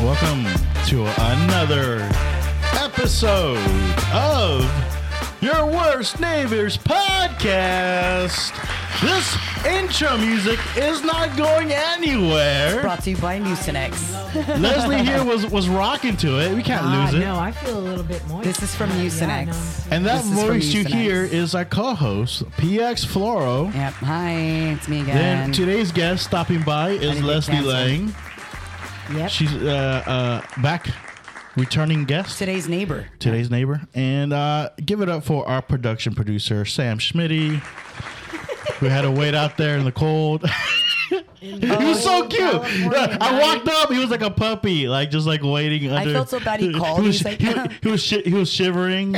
Welcome to another episode of Your Worst Neighbors podcast. This intro music is not going anywhere. Brought to you by Mucinex. Leslie here was was rocking to it. We can't Ah, lose it. No, I feel a little bit moist. This is from Yeah, Mucinex. no. And that This is from voice you Mucinex. hear is our co-host PX Floro. Yep. Hi, it's me again. Then today's guest stopping by didn't is get Leslie canceled. Lang. Yep. She's uh, uh, back, returning guest. Today's neighbor. today's neighbor. And uh, give it up for our production producer, Sam Schmitty, who had to wait out there in the cold. he was so cute. California I walked up. He was like a puppy, like just like waiting. Under, felt so bad he called. He was, He's like, he, was- he was shi- he was shivering.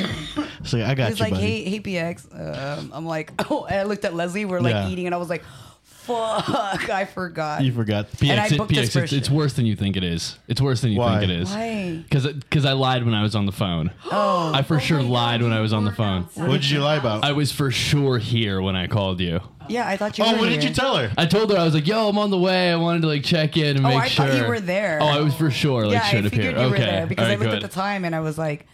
So I got He's you, like, buddy. hey, hey, PX. Um, I'm like, oh, and I looked at Leslie. We're like Yeah. eating, and I was like, fuck, I forgot. you forgot. And I PX, it- booked this PX it's, version. it's worse than you think it is. It's worse than you Why? think it is. Why? Because I lied when I was on the phone. Oh. I for sure lied when I was on the phone. What did you lie about? I was for sure here when I called you. Yeah, I thought you. oh, were what did here. you tell her? I told her I was like, "Yo, I'm on the way. I wanted to like check in and Oh, make I sure." thought you were there. Oh, I was for sure like yeah, should I appear. figured you okay, were there because All I right, looked good. at the time and I was like,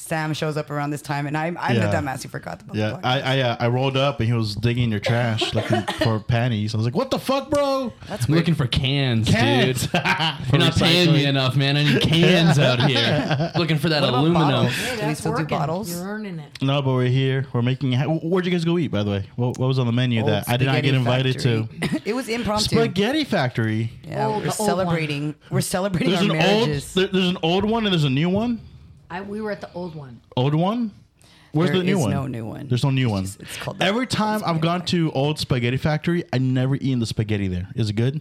Sam shows up around this time, and I'm I'm Yeah. the dumbass who forgot the book. Yeah, I I, uh, I rolled up and he was digging your trash looking for panties. I was like, "What the fuck, bro? That's I'm weird. looking for cans, Cans. dude. You're not paying me enough, man. I need cans out here. Looking for that What about aluminum. bottles? Hey, Do we that's still do working. bottles? You're earning it. No, but we're here. We're making. ha- Where'd you guys go eat, by the way? What, what was on the menu Old that I did not get Spaghetti invited to? Factory. it was impromptu. Spaghetti Factory. Yeah, Old- we're the old one. celebrating. We're celebrating There's our an marriages. old. there- there's an old one and there's a new one. I, we were at the old one. Old one. Where's There the new is one? no new one. There's no new one. It's called the Every time I've gone to Old Spaghetti Factory, I never eaten the spaghetti there. Is it good?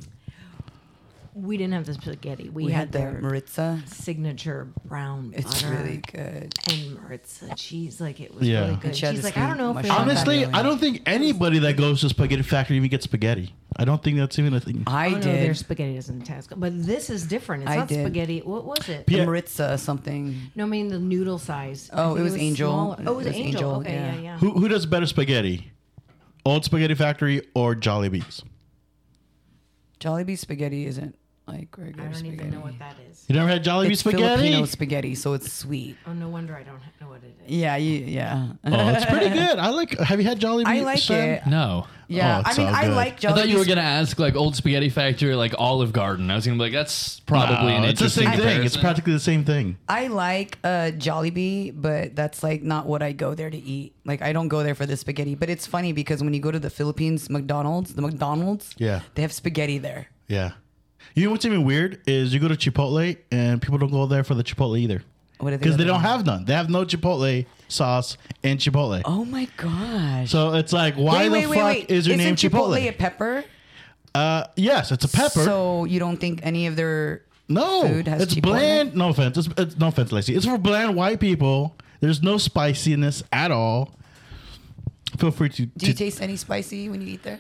We didn't have the spaghetti. We, we had, had the their Maritza. signature brown It's butter really good. and maritza cheese. Like it was Yeah. really And good. she had She's this like, I don't know if mushroom we want that." Honestly, really. I don't think anybody that goes to Spaghetti Factory even gets spaghetti. I don't think that's even a thing. I Oh, no, their did. spaghetti doesn't taste good. But this is different. It's I not did. spaghetti. What was it? P- The Yeah. Maritza something. no, I mean the noodle size. I Oh, think it was Angel. smaller. Oh, it was, angel. Okay, yeah, yeah. Who who does better spaghetti? Old Spaghetti Factory or Jollibee's? Jollibee spaghetti isn't like I regular don't spaghetti. even know what that is. You never had Jollibee it's spaghetti? Filipino spaghetti, so it's sweet. Oh, no wonder I don't know what it is. Yeah, you, yeah. Oh, it's pretty good. I like. Have you had Jollibee? I like Sam? it. No. Yeah, Oh, I it's mean, all I good. like Jollibee. I thought you were gonna ask like old spaghetti factory, like Olive Garden. I was gonna be like, that's probably Wow, an Uh, it's the interesting same thing. It's comparison. practically the same thing. I like uh, Jollibee, but that's like not what I go there to eat. Like I don't go there for the spaghetti. But it's funny because when you go to the Philippines, McDonald's, the McDonald's, Yeah. they have spaghetti there. Yeah. You know what's even weird is you go to Chipotle and people don't go there for the Chipotle either. What do they Because go they there don't have none. They have no Chipotle sauce in Chipotle. Oh my gosh. So it's like, why the fuck is your Isn't name Chipotle? a pepper? Uh, yes, it's a pepper. So you don't think any of their no, food has it's Chipotle? bland. No offense. It's, it's no offense, Lacey. It's for bland white people. There's no spiciness at all. Feel free to. Do you to taste any spicy when you eat there?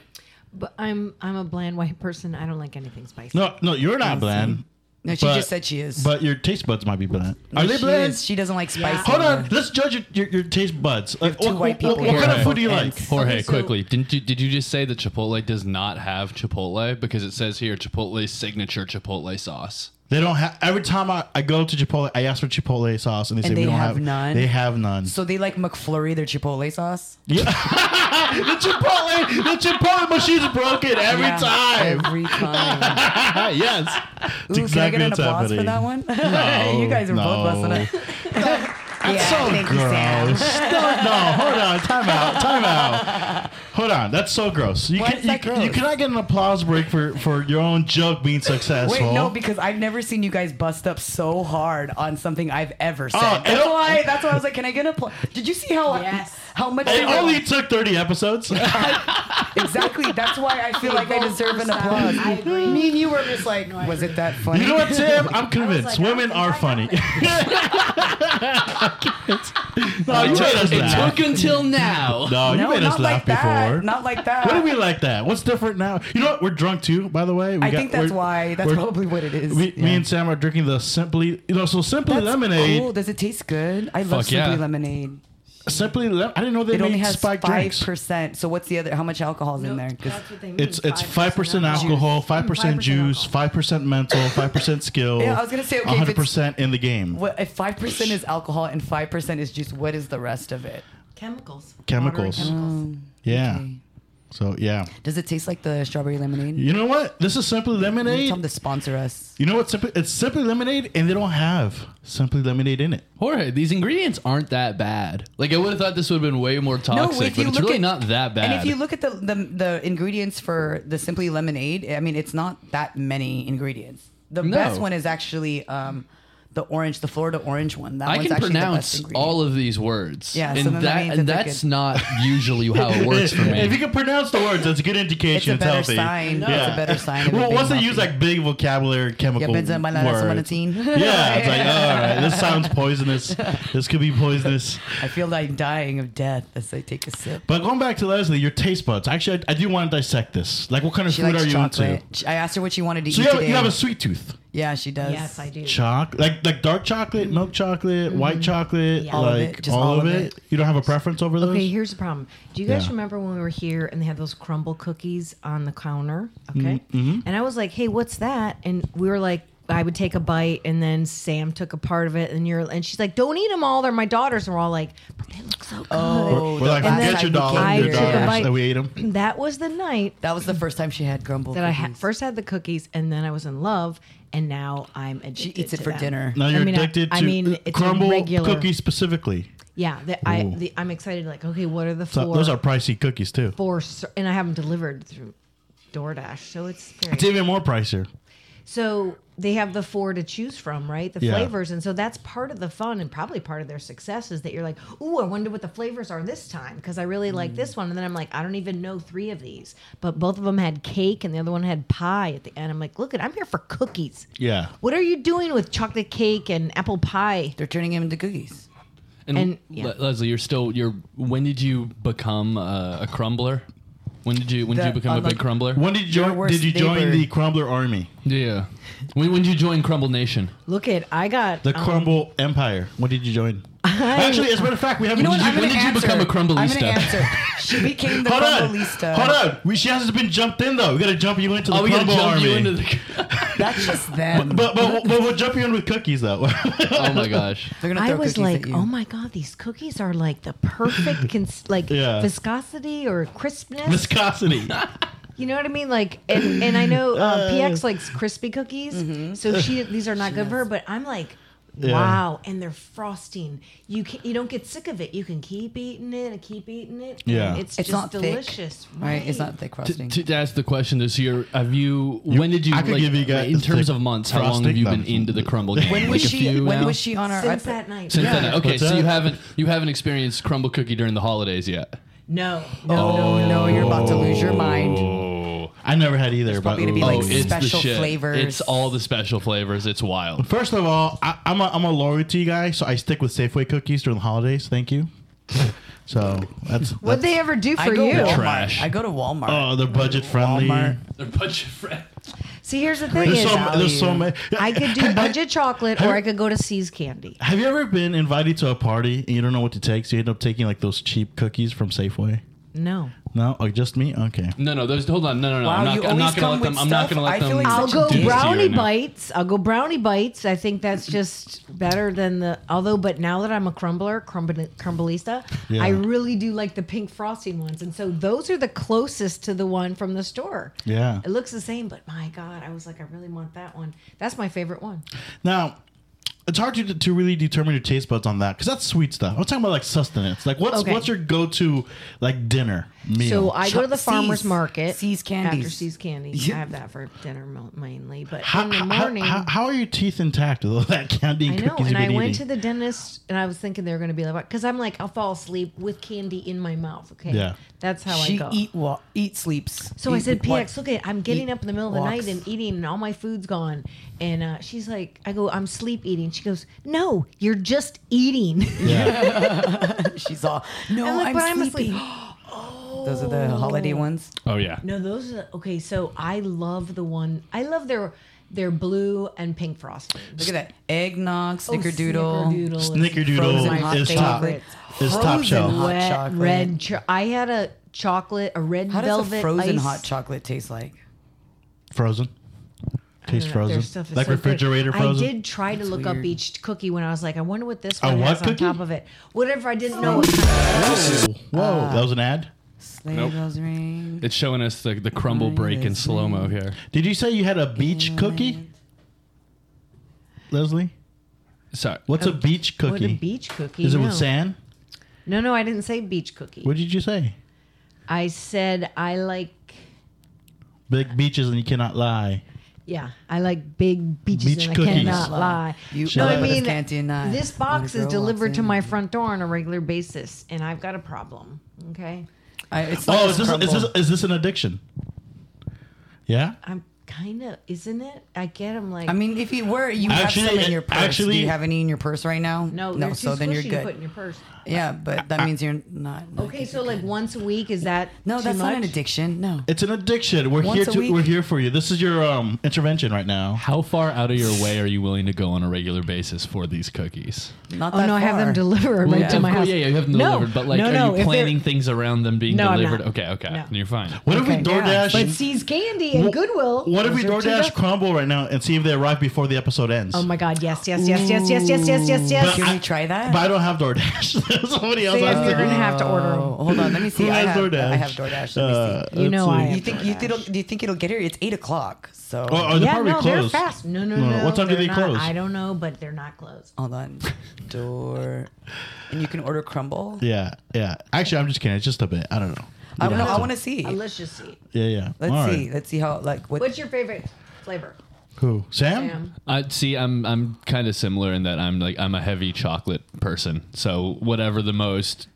But I'm I'm a bland white person. I don't like anything spicy. no, no, you're not bland. No, she But- just said she is. But your taste buds might be bland. No, Are they she bland? is. She doesn't like Yeah. spicy. Hold on, let's judge your, your, your taste buds. Like, two what white what- people what here. kind of food do you Both like? ends. Jorge, Okay, so- quickly, didn't you did you just say that Chipotle does not have Chipotle because it says here Chipotle's signature Chipotle sauce? They don't have. Every time I, I go to Chipotle, I ask for Chipotle sauce, and they say we they don't have none? They have none. So they like McFlurry, their Chipotle sauce. the Chipotle, the Chipotle machine's broken every Yeah, time. Every time. yes. That's Ooh, can I get an what's applause for happening. that one? No, you guys are both no. busting up. That's Yeah, so thank you, Sam. gross. no, no, hold on. Time out. Time out. Hold on. That's so gross. You, Why can, is that you, gross? you cannot get an applause break for, for your own joke being Wait, successful. no, because I've never seen you guys bust up so hard on something I've ever said. Oh, that's it'll- why. That's why I was like, "Can I get a?" Pl-? Did you see how Yes. how much? it I- only took 30 episodes. exactly. That's why I feel like I deserve an applause. I agree. Me and you were just like, "Was it that funny?" You know what, Tim? I'm convinced I don't women think are I know funny. it. no, Oh, you made us It laugh. took until now. No, you no, made us not laugh like that. before. Not like that. What do we like that? What's different now? You know what? We're drunk too, by the way. We I think that's we're- why. That's we're- probably what it is. We, Yeah. Me and Sam are drinking the Simply, you know, so Simply That's Lemonade. Cool. Does it taste good? I love Fuck yeah. simply lemonade. Simply, le- I didn't know they It made only has spiked five drinks. percent. So what's the other? How much alcohol is in there? 'Cause- That's what they mean. It's it's five percent Mm, alcohol, five percent juice, five percent mental, five percent skill. Yeah, I was gonna say, okay, if hundred it's- percent in the game. what if five percent is alcohol and five percent is juice? What is the rest of it? Chemicals. Water and Chemicals. chemicals. yeah. okay. So yeah, Does it taste like the strawberry lemonade? you know what? This is simply We need them lemonade. to sponsor us. You know what? Simply, it's simply lemonade, and they don't have simply lemonade in it. Jorge, these ingredients aren't that bad. Like I would have thought this would have been way more toxic, but it's really not that bad. And if you look at the, the the ingredients for the simply lemonade, I mean, it's not that many ingredients. The No. best one is actually um, the orange, the Florida orange one. That I one's can actually the pronounce best ingredient. all of these words. Yeah, so and then that means and it's like that's a- not usually how it works for If you me. can pronounce the words, that's a good It's indication. a It's, better healthy. sign. No, it's a better sign of it Well, once they being use healthy. like big vocabulary Yeah, chemical words. benzo, banana, samanatine. Yeah, it's like, all right, this sounds poisonous. This could be poisonous. I feel like dying of death as I take a sip. But going back to Leslie, your taste buds. Actually, I, I do want to dissect this. Like, what kind of She food likes are you chocolate. into? She- I asked her what she wanted to So eat you have, today. you have a sweet tooth. yeah, she does. Yes, I do. Choc, like like dark chocolate, milk chocolate, white chocolate, Yeah. like all of it. just all of it. You don't have a preference over those? Okay, here's the problem. Do you guys Yeah. remember when we were here and they had those crumble cookies on the counter? Mm, Okay. mm-hmm. And I was like, hey, what's that? And we were like, I would take a bite, and then Sam took a part of it, and you're, and she's like, "Don't eat them all." They're my daughters, and we're all like, "But they look so good." Oh, We're like, the forget outside your looking dollar, your in. I took a dollars, bite. and we ate them. That was the night That was the first time she had grumble. that I Mm-hmm. ha- cookies. first had the cookies, and then I was in love, and now I'm addicted. She eats it to for them. dinner. Now I you're mean, I- addicted I to uh, mean, it's a crumble regular- cookies specifically. Yeah, the, I Ooh. the, I'm excited. Like, okay, what are the So four? those are pricey cookies too. four, cer- and I have them delivered through DoorDash, so it's very It's even more pricier. So they have the four to choose from, right? The Yeah. flavors. And so that's part of the fun and probably part of their success is that you're like, ooh, I wonder what the flavors are this time because I really like Mm. this one. And then I'm like, I don't even know three of these. But both of them had cake and the other one had pie at the end. I'm like, look, at I'm here for cookies. Yeah. What are you doing with chocolate cake and apple pie? They're turning him into cookies. And, and- yeah. Le- Leslie, you're still you're. When did you become uh, a crumbler? When did you when did The- you become a big unlike- crumbler? When did you Your join? worst Did you join neighbor. the Crumbler Army, yeah. When, when did you join Crumble Nation? Look at I got the um, Crumble Empire? When did you join? Actually, as a matter of fact, we haven't. You know what? did I'm you, gonna when did you answer. become a I'm gonna crumbleista? answer. She became the hold crumbleista. on, hold on. We she hasn't been jumped in though. We gotta jump you into the Oh, we gotta Crumble jump Army. you into the. That's just them. but, but but we'll jump you in with cookies though. oh my gosh. They're gonna I throw was cookies like, at you. oh my god, these cookies are like the perfect cons- like Yeah. viscosity or crispness. Viscosity. You know what I mean? Like, and, and I know uh, PX likes crispy cookies, mm-hmm. so she these are not good for her. But I'm like, wow, and they're frosting. You can, you don't get sick of it. You can keep eating it and keep eating it. and Yeah. it's, It's just not thick, delicious, right? It's not thick frosting. To, to ask the question this year, have you? when did you? I could like, give you guys in terms the of months. How long frosting have you them. been into the crumble game? when was like a she? few When now? was she on our? Since iPad? that night, Since then, okay, What's so that? you haven't you haven't experienced crumble cookie during the holidays yet. no, Oh. no, No, no, no, you're about to lose your mind. Oh, I never had either, but probably gonna be like oh, it's special the shit. flavors. It's all the special flavors. It's wild. First of all, I, I'm a I'm a loyalty guy, so I stick with Safeway cookies during the holidays. Thank you. So that's, that's What'd they ever do I for go you? Walmart. Trash. I go to Walmart. oh they're budget friendly. Walmart. They're a bunch of friends. See, here's the thing: There's is so Value. there's so many. I could do budget chocolate, or I could go to See's Candy. Have you ever been invited to a party and you don't know what to take, so you end up taking like those cheap cookies from Safeway? No, No, oh, just me. Okay. No, no, those. Hold on, no, no, no. Wow, I'm you not. always I'm not gonna come let them. with I'm not stuff. gonna let I feel them. like I'll such go a do this to you right brownie now. bites. I'll go brownie bites. I think that's just better than the. Although, but now that I'm a crumbler, crumble, crumbleista, Yeah. I really do like the pink frosting ones, and so those are the closest to the one from the store. Yeah. it looks the same, but my God, I was like, I really want that one. That's my favorite one. Now, it's hard to, to really determine your taste buds on that because that's sweet stuff. I'm talking about like sustenance. Like, what's Okay. what's your go to like dinner meal? So I go to the See's. farmer's market. See's candies. After See's candy, Yeah. I have that for dinner mo- mainly. But how, in the how- morning, how, how are your teeth intact with all that candy I and know, cookies and you've I been went to eating? the dentist, and I was thinking they were going to be like, because I'm like, I'll fall asleep with candy in my mouth. Okay, Yeah. that's how I she go. eat wa- eat sleeps. so I Eat said, wa- PX, look at, I'm getting eat up in the middle of walks. the night and eating, and all my food's gone. And uh, she's like, I go, I'm sleep eating. She goes, No, you're just eating. yeah. She's all no, I'm like, I'm, but I'm asleep. sleeping. Those are the holiday ones. Oh yeah. No, those are okay. So I love the one. I love their They're blue and pink frosting. Look at that eggnog, Oh, snickerdoodle. snickerdoodle. Frozen Snickerdoodle hot is top. chocolate. Is top Frozen shelf. hot Wet chocolate. red. Cho- I had a chocolate, a red How does velvet a frozen ice- hot chocolate taste like? Frozen. Tastes I don't know, their frozen. stuff is Like so good. refrigerator frozen. I did try to look up weird. each cookie when I was like, I wonder what this A one what has cookie? on top of it. Whatever I didn't know. What kind of- Whoa, Ah. that was an ad. Sleigh Nope. bells ring. It's showing us the, the crumble break in slow mo here. Did you say you had a beach cookie, Leslie? Sorry. What's a beach What a cookie? beach cookie. Is it no. with sand? No, no, I didn't say beach cookie. What did you say? I said I like. Big beaches and you cannot lie. Yeah, I like big beaches Beach and cookies. I cannot lie. You No, I always mean, can't deny. This when a box is girl delivered walks to in. my front door on a regular basis, and I've got a problem. Okay, I, it's Oh, not is this, is this crumble. is this an addiction? Yeah. I'm kind of, isn't it? I get them like. I mean, if you were, you Actually, have some in your purse. Do actually- you have any in your purse right now? no, no. they're So too then you're squishy To put in good. your purse. Yeah, but that means you're not. Okay, so like once a week is that? no, too that's not an much? addiction. No. It's an addiction. We're Once here a to week. we're here for you. This is your um intervention right now. How far out of your way are you willing to go on a regular basis for these cookies? Not Oh that no, I have them far. delivered right to Of my course, house. Yeah, yeah, you have them No, delivered, but like, no, are no, you if they're- planning things around them being No, I'm delivered? not. Okay, okay, No. you're fine. What if Okay. we DoorDash? But See's Candy and Goodwill. What if we Those are two DoorDash def- crumble right now and see if they arrive before the episode ends? Oh my God! Yes, yes, yes, yes, yes, yes, yes, yes, yes. Can we try that? But I don't have DoorDash. Somebody else Sam, has you're to. gonna have to order Oh, them. hold on. Let me see. Who I, has have, DoorDash? I have DoorDash. Let me Uh, see. You let's know see. I am. You think you think it'll? Do you think it'll get here? It's eight o'clock. So Oh, oh, they're yeah, probably no, closed. they're fast. No, no, No, no. no. What time do they're they not- close? I don't know, but they're not closed. hold on. Door, and you can order crumble. Yeah, yeah. Actually, I'm just kidding. It's just a bit. I don't know. You I don't want. have I want to see. Uh, let's just see. Yeah, yeah. Let's All right. see. Let's see how like what. What's your favorite flavor? Who? Sam? Sam? I see. I'm I'm kind of similar in that I'm like I'm a heavy chocolate person. So whatever the most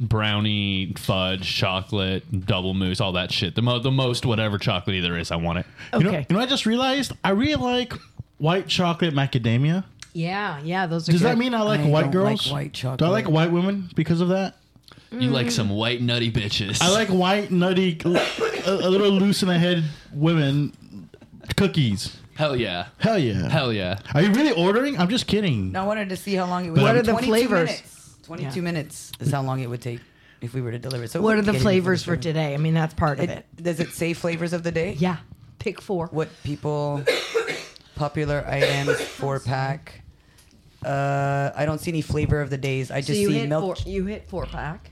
brownie, fudge, chocolate, double mousse, all that shit. The mo- the most whatever chocolatey there is, I want it. You know, Okay. you know, what I just realized I really like white chocolate macadamia. Yeah, yeah. Those are. Does good. that mean I like I white don't like girls? white Do I like chocolate. white women because of that? You like some white nutty bitches. I like white, nutty, a, a little loose in the head women cookies. hell yeah, Hell yeah. hell yeah. Are you really ordering? I'm just kidding. No, I wanted to see how long it would. What take. are the 22 flavors? minutes. Twenty-two minutes is how long it would take if we were to deliver. So we What are can the get it flavors for before- today? I mean, that's part of it. It, does it say flavors of the day? Yeah, pick four. What people popular items four pack. Uh, I don't see any flavor of the days. I So just you see hit milk. four. You hit four pack.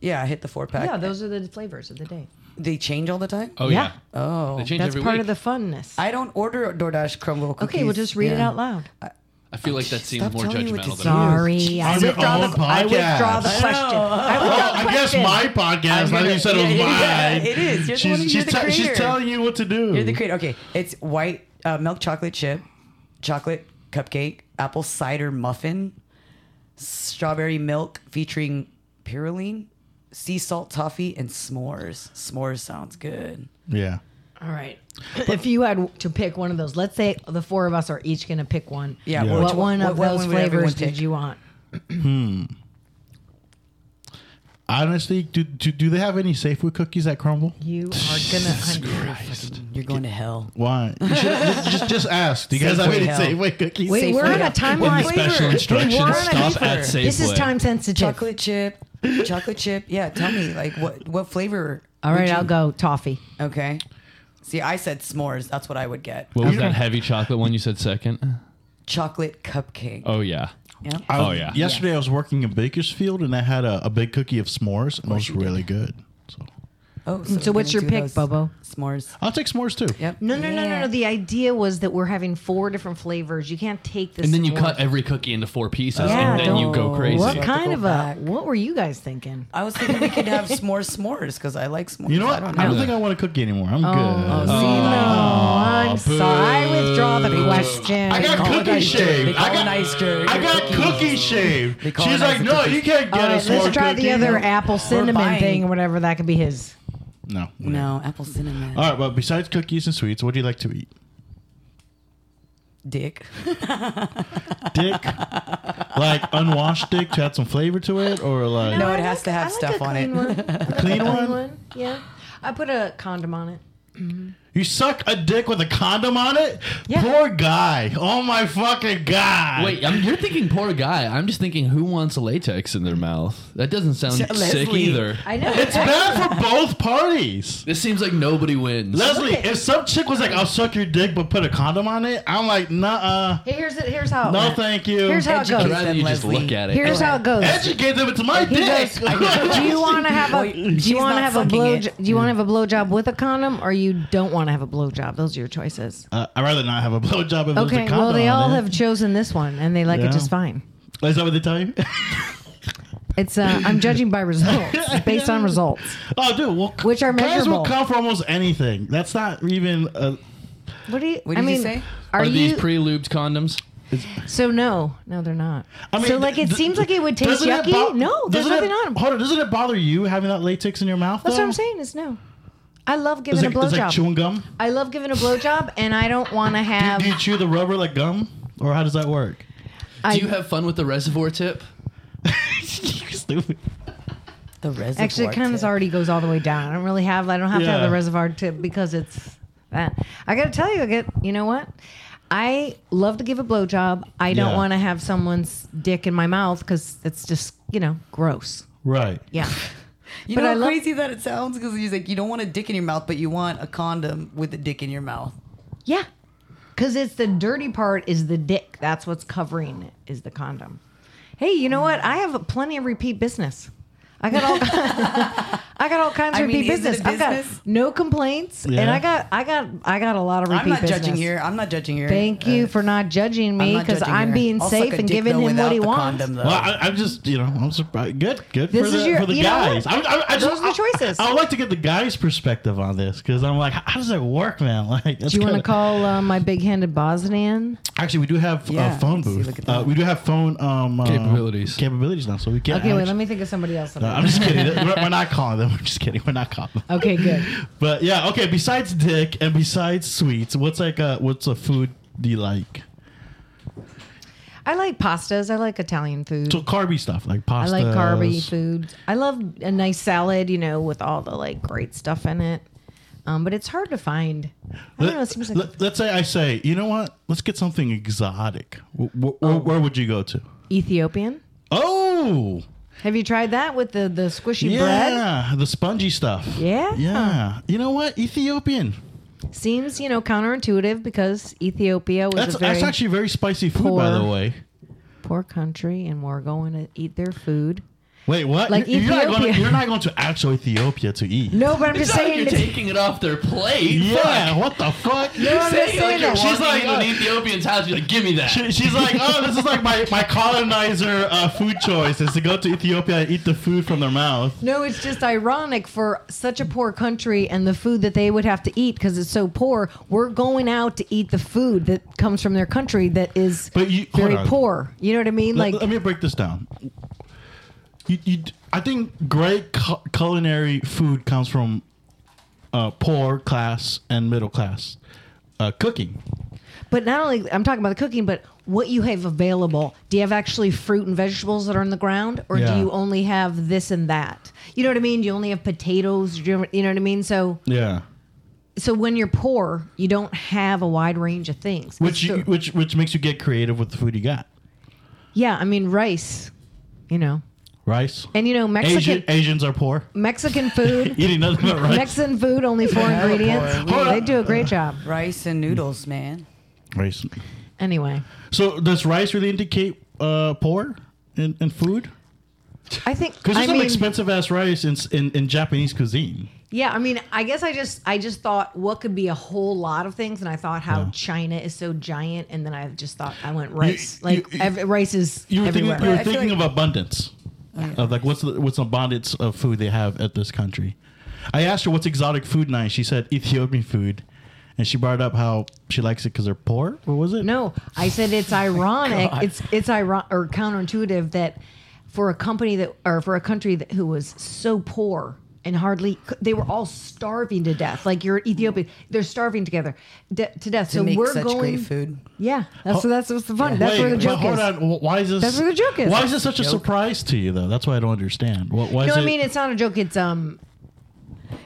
Yeah, I hit the four pack. Yeah, those are the flavors of the day. they change all the time. Oh Yeah. yeah. Oh. They change That's every part week. of the funness. I don't order DoorDash crumble cookies. okay, we'll just read it Yeah. out loud. I feel like that seems Stop more telling me what to do. judgmental than. Sorry, I On your withdraw, own the, I withdraw the podcast. question. I Oh, withdraw the I guess question. my podcast. I gonna- think you said it was mine. yeah, yeah, it is. You're the she's, one who- she's, you're the te- she's creator. telling you what to do. You're the Mm-hmm. creator. Okay, it's white uh, milk chocolate chip, chocolate cupcake, apple cider muffin, strawberry milk featuring pyrrolene, sea salt toffee, and s'mores. S'mores sounds good. yeah. All right. if you had to pick one of those, let's say the four of us are each going to pick one. Yeah, Yeah. What, which one what- of what those one would everyone flavors did pick? you want? Honestly, do, do do they have any safe food cookies that crumble? You are gonna. You're going to hell. Why? You should, just just ask. Do you guys have Safeway any hell. Safeway cookies? Wait, Safeway we're hell. on a What timeline. Special Wait, we're on a instructions. Stop at paper. Safeway. This is time sensitive. Chocolate chip, chocolate chip. Yeah, tell me like what what flavor? All would right, you- I'll go toffee. Okay. See, I said s'mores. That's what I would get. What was Okay. that heavy chocolate one you said second? Chocolate cupcake. Oh yeah. Yeah. I was- Oh, yeah. Yesterday I was working in Bakersfield and I had a, a big cookie of s'mores and it was really good. So Oh, So we're what's gonna your do pick, those Bobo? S'mores. I'll take s'mores too. Yep. No, no, no, no, no. The idea was that we're having four different flavors. You can't take this. And then you one. cut every cookie into four pieces, Yeah, and then you don't- go crazy. What You have to kind go of back. a? What were you guys thinking? I was thinking we could have s'mores s'mores because I like s'mores. You know I what? I don't don't, know. think I want a cookie anymore. I'm Oh, good. Uh, see, no, I'm sorry. I withdraw the question. I got call it cookie ice cream. They shaved. I call it got ice cream. I got Cookies. cookie shaved. They call She's it like, ice no, cookie. you can't All get a right, s'more Uh, let's try cookie. the other No. apple cinnamon buying- thing or whatever. That could be his. No. No, apple cinnamon. All right, but besides cookies and sweets, what do you like to eat? Dick. Dick, like unwashed dick to add some flavor to it, or like No, it has to have stuff on it. clean one? Yeah, I put a condom on it. You You suck a dick with a condom on it? Yeah. Poor guy. Oh my fucking god. Wait, I'm, you're thinking poor guy. I'm just thinking who wants latex in their mouth. That doesn't sound sick Leslie. either. I know. It's bad for both parties. This seems like nobody wins. Leslie, Okay. if some chick was like, I'll suck your dick but put a condom on it, I'm like, nah Hey, here's it. Here's how. it No went. thank you. Here's how it Educate I'd goes. rather them, you just Leslie. look at it. Here's how it goes. Educate them, it's my He dick. goes, do you want to have Well, a do she's you not want to have a sucking blow it. jo- do you want to have a blowjob with a condom or you don't want to have a blowjob? Those are your choices. Uh, I'd rather not have a blowjob if Okay. there's a condom Well, they all on it. have chosen this one and they like Yeah. it just fine. Is that what they tell you? It's uh, I'm judging by results based on results. oh, dude. Well, Which are Guys will measurable. come for almost anything. That's not even. A, What do you? What I did you mean, say? are, Are, these you? pre-lubed condoms? so no, no, they're not. I mean, so like, it th- seems like it would taste doesn't yucky. it bo- no, there's doesn't nothing it, on them. Hold on. Doesn't it bother you having that latex in your mouth? That's what though? I'm saying. It's no. I love It's giving like, a it's like blowjob. chewing gum. I love giving a blowjob, and I don't want to have. Do you chew the rubber like gum, or how does that work? I, Do you have fun with the reservoir tip? Stupid. The reservoir. Actually, it kind of tip. already goes all the way down. I don't really have. I don't have to have Yeah. the reservoir tip because it's that. I gotta tell you, I get. You know what? I love to give a blowjob. I don't Yeah. want to have someone's dick in my mouth because it's just you know gross. Right. Yeah. You But know I how love- crazy that it sounds because he's like, you don't want a dick in your mouth, but you want a condom with a dick in your mouth. Yeah. Cause it's the dirty part is the dick. That's what's covering it is the condom. Hey, you know what? I have plenty of repeat business. I got all I got all kinds of I mean, repeat is it a business. I've got business? no complaints. And Yeah. I got I got I got a lot of repeat I'm not business. judging here. I'm not judging here. Thank you Uh, for not judging I'm me not because judging I'm here. being I'll safe suck a and dick, giving though, him what without he the wants. Condom, though. Well, I, I'm just, you know, I'm surprised. Good, good This for the, is your- for the you know guys. what? I, I, I just, Those Oh, are the choices. I, I would like to get the guys' perspective on this because I'm like, how, how does that work, man? Like, Do you want to call uh, my big-handed Bosnian? Actually, we do have Yeah, uh, phone let's see, booth. look at uh, that. we do have phone um, uh, Capabilities. Capabilities now, so we can. Okay, wait. act- Let me think of somebody else. No, I'm just kidding. we're, we're not calling them. We're just kidding. We're not calling them. okay, good. But yeah, okay. Besides dick and besides sweets, what's like a what's a food do you like? I like pastas. I like Italian food. So carby stuff like I pasta. like carby food. I love a nice salad, you know, with all the like great stuff in it. Um, but it's hard to find. I don't know. It seems like Let, us say I say, you know what? Let's get something exotic. W- w- Oh. Where would you go to? Ethiopian. Oh, Have you tried that with the the squishy yeah, the spongy stuff. Yeah. yeah. You know what? Ethiopian. bread? Seems you know counterintuitive because Ethiopia was That's a very that's actually very spicy food, by the poor- way. poor country, and we're going to eat their food. Wait, what? Like you're, not going Ethiopia. to, you're not going to actual Ethiopia to eat. No, but I'm just It's not like saying. you're it's- taking it off their plate. Yeah, Fuck. what the fuck? No, I'm just Saying it like saying you're that. She's walking like, into an uh, Ethiopian's house. You're like, give me that. She- She's like, oh, this is like my, my colonizer uh, food choice is to go to Ethiopia and eat the food from their mouth. No, it's just ironic for such a poor country and the food that they would have to eat because it's so poor. We're going out to eat the food that comes from their country that is But you- hold very on. poor. You know what I mean? Let- Like, let, me break this down. You, you, I think great cu- culinary food comes from uh, poor class and middle class uh, cooking. but not only I'm talking about the cooking, but what you have available. Do you have actually fruit and vegetables that are on the ground, or Yeah. do you only have this and that? You know what I mean? Do you only have potatoes? Do you, you know what I mean? So, Yeah, so when you're poor, you don't have a wide range of things. which you, So- which which makes you get creative with the food you got. yeah, I mean rice, you know, Rice. and you know Mexican. Asian, Asians are poor. Mexican food. Eating nothing but rice. Mexican food, only four Yeah, ingredients. boy, we- They do a great job. Rice and noodles, man. rice. Anyway, So does rice really indicate uh, poor in, in food? I think Because I there's some mean, expensive ass rice in, in in Japanese cuisine. yeah, I mean, I guess I just I just thought what could be a whole lot of things, and I thought how China is so giant, and then I just thought I went rice. you- like you- ev- rice is You were everywhere. thinking, you were I feel thinking like- of abundance, of like what's the, what's abundance of food they have at this country. I asked her what's exotic food night. She said Ethiopian food, and she brought up how she likes it because they're poor. What was it? No, I said it's ironic. it's it's ironic or counterintuitive that for a company that or for a country that who was so poor and hardly they were all starving to death. Like you're Ethiopian, they're starving together de- to death. To so make we're such going. great food. Yeah, that's so that's what's the fun. That's Wait, where the but joke hold is. on. wh- Why is this? That's where the joke is. Why is this such a surprise to you though? That's why I don't understand. What? Why No, is I it- mean it's not a joke. It's um,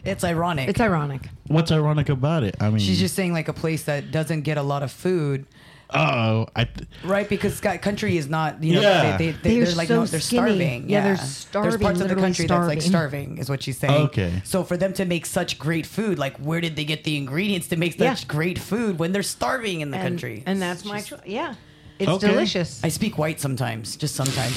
It's ironic. It's ironic. What's ironic about it? I mean, She's just saying like a place that doesn't get a lot of food, oh, I. Th- right? Because Sky country is not, you know, Yeah. they, they, they, They're are like, so no, they're skinny. starving. Yeah, Yeah. they're There's starving, parts of the literally country that's like starving. starving, is what she's saying. Okay. So for them to make such great food, like where did they get the ingredients to make Yeah. such great food when they're starving in the And, country? and that's my choice. Yeah. It's Okay. delicious. I speak white sometimes, just sometimes.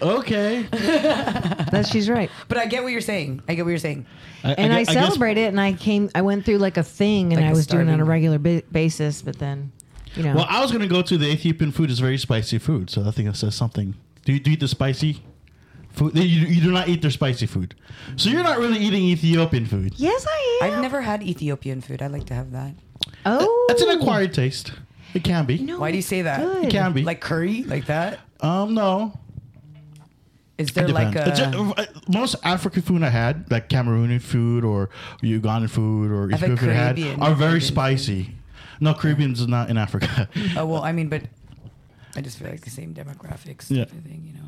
okay. That she's right. But I get what you're saying. I get what you're saying. And I, gue- guess- celebrate it, and I came. I went through like a thing, and Like I a was doing it on a starving- regular ba- basis. But then, you know, Well, I was gonna go to the Ethiopian food is very spicy food, so I think that says something. Do you, do you eat the spicy food? You, you do not eat their spicy food, so you're not really eating Ethiopian food. yes, I am. I've never had Ethiopian food. I like to have that. Oh, That's an acquired taste. It can be. No, Why do you it's say that? good. It can be. Like curry, like that. um, no. Is It there like depends. It's a? ju- uh, most African food I had, like Cameroonian food or Ugandan food or I've had Ethiopian food I had, Caribbean, are not very Caribbean food. spicy. No, Caribbean's is not in Africa. Oh well, I mean, but I just feel like the same demographics. Yeah. Yeah. Thing, you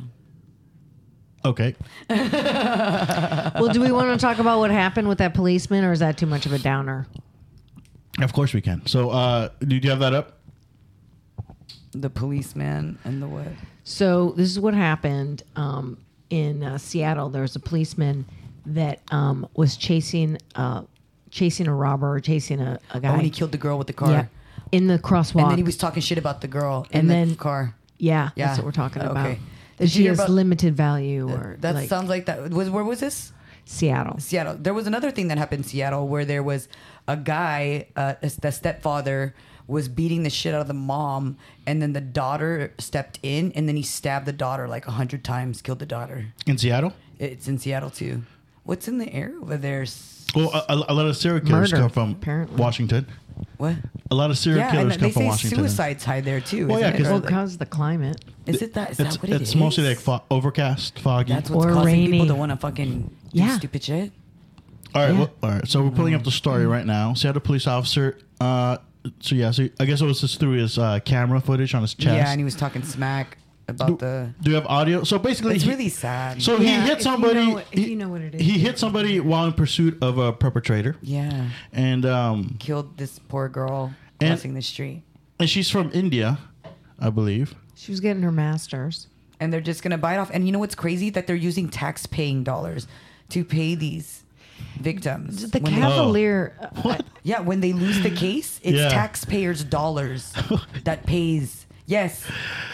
know. okay. Well, do we want to talk about what happened with that policeman, or is that too much of a downer? Of course we can. So, uh, do you have that up? The policeman and the what? So this is what happened um, in uh, Seattle. There was a policeman that um, was chasing uh, chasing a robber, or chasing a, a guy. Oh, when he killed the girl with the car. yeah, in the crosswalk. And then he was talking shit about the girl in And the then- car. yeah, Yeah. that's what we're talking Okay. about. Did That you she hear has about- limited value, or That like sounds like that. Was where was this? Seattle. Seattle. There was another thing that happened in Seattle where there was a guy, uh, a- the stepfather was beating the shit out of the mom, and then the daughter stepped in, and then he stabbed the daughter like a hundred times, killed the daughter. In Seattle? It's in Seattle too. What's in the air over there? S- Well, a, a- a lot of serial killers Murder, come from apparently. Washington. What? A lot of serial Yeah, and killers they come from say Washington. suicide's high there too. Well, yeah, isn't it? 'cause- Or Well, like- because the climate. is it that? Is It's, that what it it's is? mostly like fo- overcast, foggy. That's what's Or causing rainy. people to want to fucking Yeah. do stupid shit. All right, Yeah. well, all right. So we're pulling up the Mm-hmm. story right now. Seattle police officer. Uh, so yeah, so I guess it was just through his uh, camera footage on his chest. Yeah, and he was talking smack about the. Do you have audio? So basically, It's he- really sad. So Yeah, he if hit you somebody. know- if he, you know what it is. He hit somebody while in pursuit of a perpetrator, yeah. and um, killed this poor girl And- crossing the street. and she's from India, I believe. She was getting her master's. And they're just gonna bite off. And you know what's crazy? That they're using tax paying dollars to pay these victims. The When they- cavalier. yeah, when they lose the case, it's Yeah. taxpayers' dollars that pays. Yes,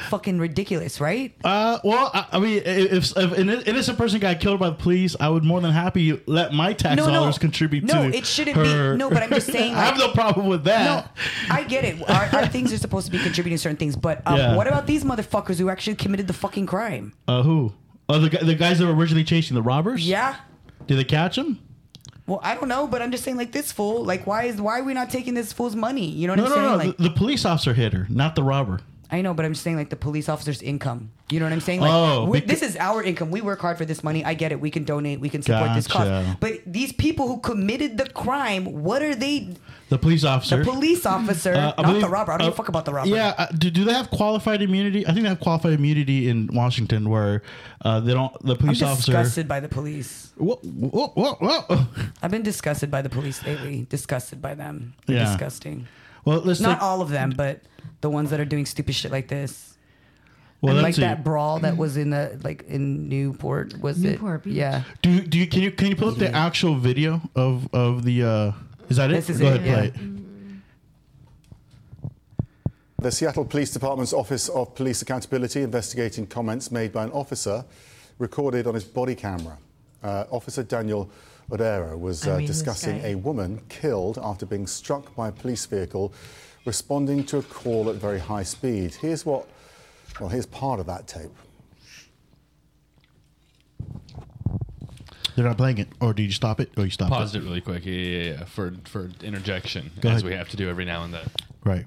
fucking ridiculous, right? Uh, well, I, I mean, i- if, if an innocent person got killed by the police, I would more than happy let my tax No, no. dollars contribute to. No, it shouldn't be. her- No, but I'm just saying, I have like- no problem with No, that. I get it. Our, our things are supposed to be contributing to certain things, but um, Yeah. what about these motherfuckers who actually committed the fucking crime? Uh, who? Oh, the, gu- the guys that were originally chasing the robbers. Yeah. Did they catch him? Well, I don't know, but I'm just saying, like this fool, like why is why are we not taking this fool's money? You know what No, I'm no, saying? no. like, the, the police officer hit her, not the robber. I know, but I'm just saying like the police officer's income. You know what I'm saying? Like, Oh, we- becau- this is our income. We work hard for this money. I get it. We can donate. We can support this Gotcha. cause. But these people who committed the crime, what are they? The police officer. The police officer, Uh, I not the believe- robber. I don't uh, give a fuck about the robber. Yeah, uh, do, do they have qualified immunity? I think they have qualified immunity in Washington, where uh, they don't. The I'm police officer. disgusted by the police. Whoa, whoa, whoa, whoa. I've been disgusted by the police lately. Disgusted by them. Yeah. They're Disgusting. Well, let's Not take- all of them, but the ones that are doing stupid shit like this. Well, and like let's see. that brawl that was in the like in Newport was Newport it? Beach. Yeah. Do do you can you can you pull up the actual video of of the? Uh, is that it? This is Go it, ahead, play yeah. it. The Seattle Police Department's Office of Police Accountability investigating comments made by an officer recorded on his body camera. Uh, officer Daniel Odera was I uh, mean, this discussing guy. a woman killed after being struck by a police vehicle responding to a call at very high speed. Here's what, well, here's part of that tape. They're not playing it, or did you stop it? Or you stopped Pause it? it really quick. Yeah, yeah, yeah. For for interjection, Go as ahead. we have to do every now and then. Right.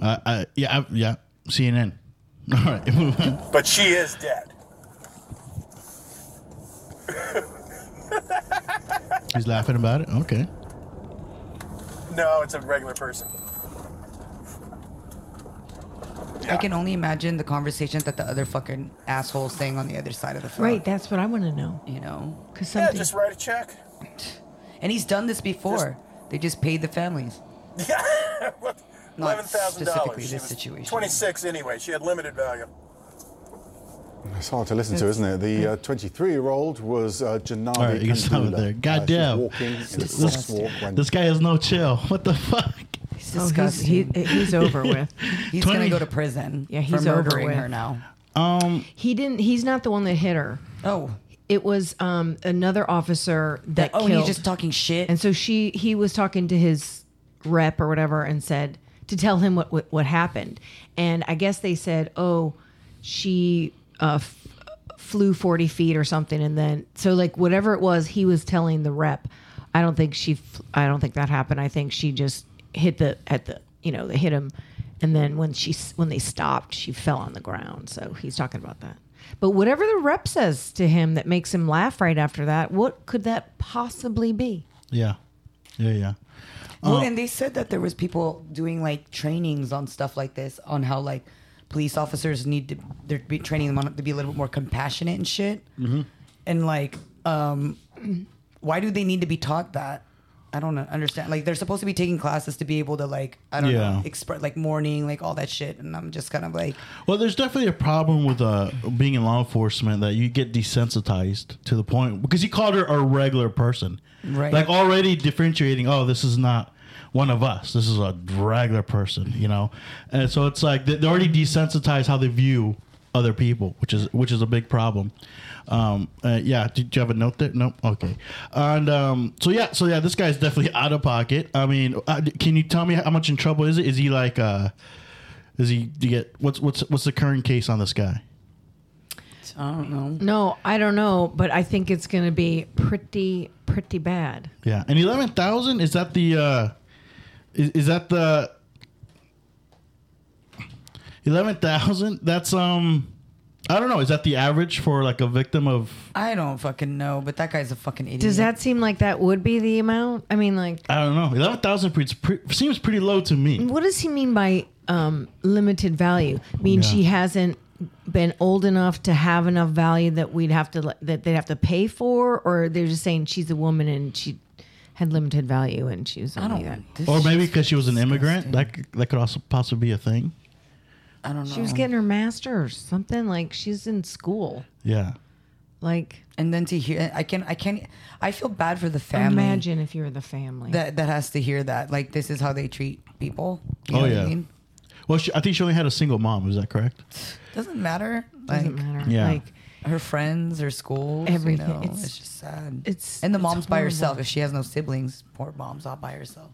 Uh, uh, yeah, I, yeah. CNN. All right, move on. But she is dead. He's laughing about it. Okay. No, it's a regular person. I can only imagine the conversations that the other fucking asshole's saying on the other side of the phone. right. That's what I want to know. You know? Because Yeah, something. just write a check. And he's done this before. They just paid the families. What? Not Eleven thousand specifically dollars. this situation. Twenty-six anyway. She had limited value. It's hard to listen to, isn't it? The 23 year old was uh, Janani. All right, you can stop it Kandula. there. Uh, God she's damn. walking in the This- this- crosswalk when- This guy has no chill. What the fuck? It's Oh, he's, he, disgusting. he's over with. he's 20 gonna go to prison Yeah, for he's over murdering with. her now. He didn't. He's not the one that hit her. Oh, It was um, another officer that oh, and killed. you're just talking shit. and so she, he was talking to his rep or whatever, and said to tell him what what, what happened. And I guess they said, oh, she uh, f- flew forty feet or something, and then so like whatever it was, he was telling the rep. I don't think she. fl- I don't think that happened. I think she just hit the at the you know they hit him, and then when she s- when they stopped, she fell on the ground. So he's talking about that. But whatever the rep says to him that makes him laugh right after that, what could that possibly be? Yeah. Yeah, yeah. well, Uh-huh. and they said that there was people doing like trainings on stuff like this, on how like police officers need to they're be training them on to be a little bit more compassionate and shit. Mm-hmm. And like, um, why do they need to be taught that? I don't understand. Like, they're supposed to be taking classes to be able to like, I don't Yeah. know, express like mourning, like all that shit. And I'm just kind of like, Well, there's definitely a problem with uh, being in law enforcement that you get desensitized to the point because you called her a regular person, Right. Like already differentiating. Oh, this is not one of us. This is a regular person, you know. And so it's like they- they're already desensitized how they view other people, which is which is a big problem. Um, uh, yeah. Did you have a note there? Nope. Okay. And um, so yeah, so yeah, this guy's definitely out of pocket. I mean, uh, can you tell me how much in trouble is it? Is he like uh? Is he do you get what's what's what's the current case on this guy? I don't know. No, I don't know, but I think it's going to be pretty pretty bad. Yeah, and eleven thousand is that the uh, is, is that the eleven thousand? That's um, I don't know. Is that the average for like a victim of? I don't fucking know, but that guy's a fucking idiot. Does that seem like that would be the amount? I mean, like, I don't know. Eleven thousand pre- seems pretty low to me. what does he mean by um, limited value? I mean, Yeah. she hasn't been old enough to have enough value that we'd have to let- that they'd have to pay for, or they're just saying she's a woman and she had limited value and she was I only that. don't. This Or maybe shit's because she was an immigrant, disgusting. that c- that could also possibly be a thing. I don't know. She was getting her master's, something like she's in school, Yeah, like. and then to hear, I can, I can, I feel bad for the family. Imagine if you were the family. that that has to hear that. Like this is how they treat people. You Oh, know what yeah. I mean? well, she, I think she only had a single mom. Is that correct? Doesn't matter. Like doesn't matter. Yeah. Like her friends, her schools, Everything. You know, It's- it's, just sad. it's- and the it's mom's by horrible. herself. If she has no siblings, poor mom's all by herself.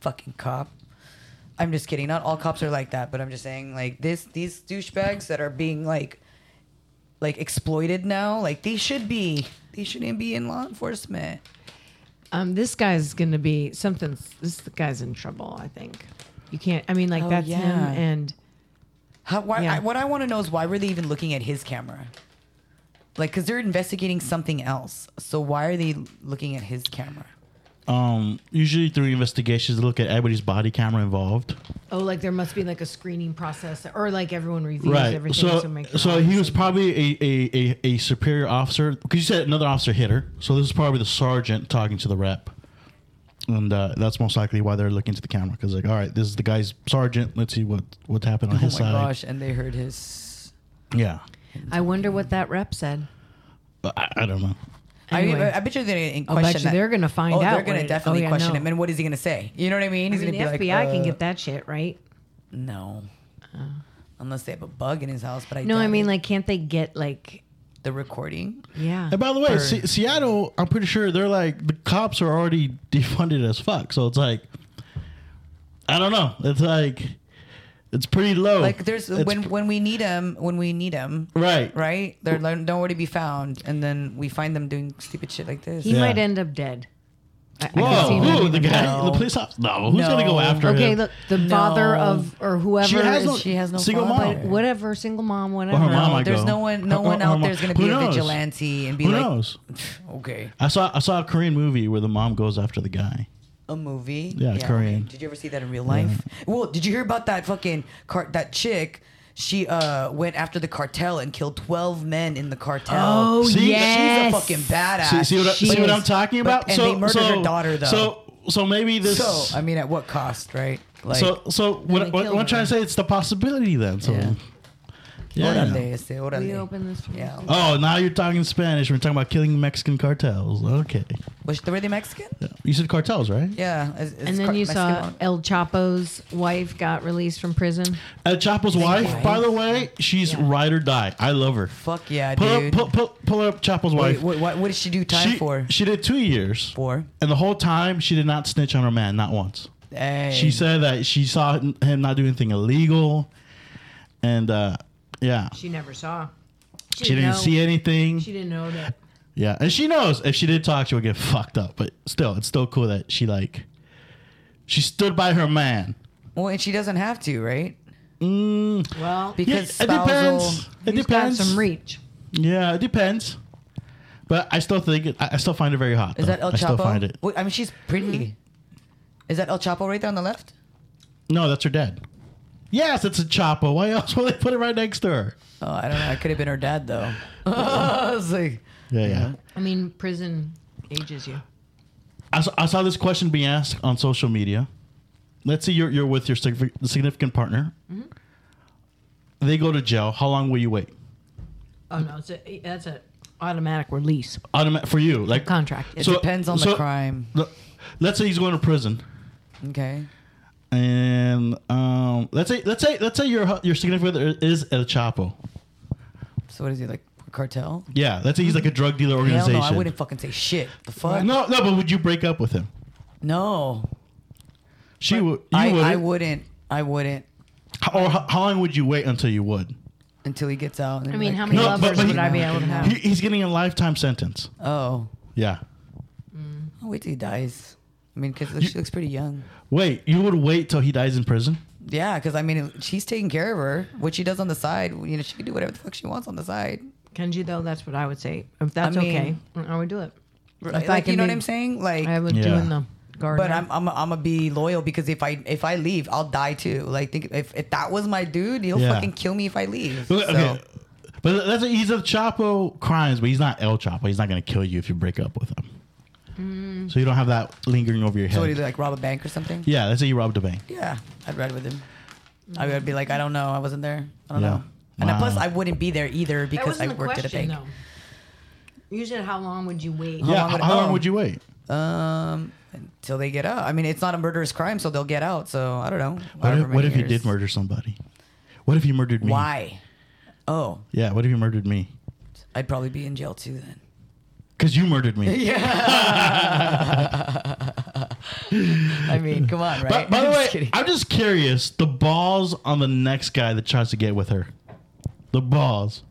Fucking cop. I'm just kidding. Not all cops are like that, but I'm just saying like this these douchebags that are being like like exploited now, like they should be. They shouldn't be in law enforcement. Um, this guy's gonna be something's. This guy's in trouble. I think. You can't. I mean, like Oh, that's yeah. him. And How, why, Yeah. I, what I want to know is why were they even looking at his camera? Like, because they're investigating something else. So why are they looking at his camera? Um, usually through investigations, they look at everybody's body camera involved. oh, like there must be like a screening process, or like everyone reviews everything. So, to make so, sure all he the was same- probably a, a, a, a superior officer because you said another officer hit her. So this is probably the sergeant talking to the rep, and uh, that's most likely why they're looking to the camera because like, all right, this is the guy's sergeant. Let's see what what's happened on Oh my his side. gosh! And they heard his. Yeah, I wonder what that rep said. But I, I don't know. I, Anyway. mean, I bet you they're going to I'll bet question you that. they're gonna find oh, out They're what going it- to definitely oh, yeah, question no. him. And what is he going to say? You know what I mean? I He's mean, the going to be FBI like, can uh, get that shit right. No, unless they have a bug in his house. But I No, I doubt mean, it. like, can't they get like? the recording. Yeah. And by the way, Se- Seattle, I'm pretty sure they're like the cops are already defunded as fuck. So it's like, I don't know. It's like, it's pretty low. Like there's It's when pr- when we need him when we need him. right Right? They're like, nowhere to be found, and then we find them doing stupid shit like this. he Yeah. might end up dead. I, I can see Whoa, him who, ending the up guy, dead. the police officer. No, who's gonna go No. after him? Okay, look, the father of or whoever She has is- no, she has no single father. mom. whatever, single mom, whatever. her mom, No, I there's go. no one. No Or- one or out mom. there is going to oh Who be a knows? vigilante and be Who like, knows? okay, I saw I saw a Korean movie where the mom goes after the guy. a movie. Yeah, Korean. Did you ever see that in real life? Well, did you hear about that fucking car? That chick She uh, went after the cartel and killed 12 men in the cartel. Oh, See? She's a yes. She's a fucking badass. See, see what, I, She see what is- I'm talking about? But- and they murdered her daughter, though. So, so maybe this. so, I mean, at what cost, right? Like, so, so they what, what, killed what I'm trying her. to say, it's the possibility then. So, Yeah. yeah. Órale, ese, órale. We open this one. Yeah. Oh, now you're talking Spanish. We're talking about killing Mexican cartels. Okay. Was she- were they Mexican? You said cartels, right? Yeah. is- is And then car- you Mexican saw on- El Chapo's wife got released from prison. El Chapo's wife, by the way, she's Yeah. ride or die. I love her. Fuck yeah, Pull dude. up, pull, pull, pull up Chapo's Wait, wife. what, what, what did she do time she, for? she did two years. For? And the whole time, she did not snitch on her man, not once. Dang. She said that she saw him not do anything illegal, and uh, yeah, She never saw. she, didn't know. see anything. She didn't know that. yeah, and she knows if she did talk, she would get fucked up. But still, it's still cool that she like she stood by her man. Well, and she doesn't have to, right? Well, Yeah, Because it spousal. depends. It he's got depends. some reach. Yeah, it depends. But I still think it, I I still find it very hot. Is though. that El Chapo? I still find it. Wait, I mean, she's pretty. Is that El Chapo right there on the left? No, that's her dad. Yes, it's a Chapo. Why else would they put it right next to her? Oh, I don't know. I could have been her dad though. I was like, Yeah, yeah. I mean, prison ages you. I saw, I saw this question being asked on social media. Let's say you're, you're with your signifi- significant partner. Mm-hmm. They go to jail. How long will you wait? Oh no, it's a, that's an automatic release Automatic for you, like contract. it So- depends on the so- crime. le- Let's say he's going to prison, Okay. and um, let's say let's say let's say your hu- your significant other is El Chapo. So what is he like? Cartel? Yeah, let's say he's like a drug dealer Hell organization. Uh, no, I wouldn't fucking say shit. The fuck? no, no, but would you break up with him? No. She would. You I, wouldn't. I wouldn't. I wouldn't H- Or how, how long would you wait until you would? until he gets out. and then I mean, like, how many "Hey, No, but- lovers but would he- I be able to have? He, he's getting a lifetime sentence. Oh, Yeah. I'll wait till he dies. I mean, because she looks pretty young. Wait, you would wait till he dies in prison? Yeah, because I mean, it- she's taking care of her. What she does on the side, you know, she can do whatever the fuck she wants on the side. Can you though? That's what I would say. If that's I mean- okay, I would do it. If I Like, can you know be- what I'm saying? Like, I would do Yeah. in the garden. but I'm, I'm I'm gonna be loyal because if I if I leave, I'll die too. Like, think if, if that was my dude, he'll Yeah. fucking kill me if I leave. Okay. so, okay. But that's he's a Chapo crimes, but he's not El Chapo. He's not going to kill you if you break up with him. Hmm. So you don't have that lingering over your so what do head. you do, like rob a bank or something? yeah, let's say you robbed a bank. Yeah, I'd ride with him. I would be like, I don't know, I wasn't there. I don't Yeah. know. And Wow. plus, I wouldn't be there either because I worked at a bank. though. You said how long would you wait? yeah, long would- how long oh. would you wait? Um, until they get out. I mean, it's not a murderous crime, so they'll get out. So I don't know. What however if, what many if you years. did murder somebody? What if you murdered me? Why? Oh, Yeah, what if you murdered me? I'd probably be in jail too then. Because you murdered me. I mean, come on, But right? by the Just way, kidding. I'm just curious. The balls on the next guy that tries to get with her. The balls.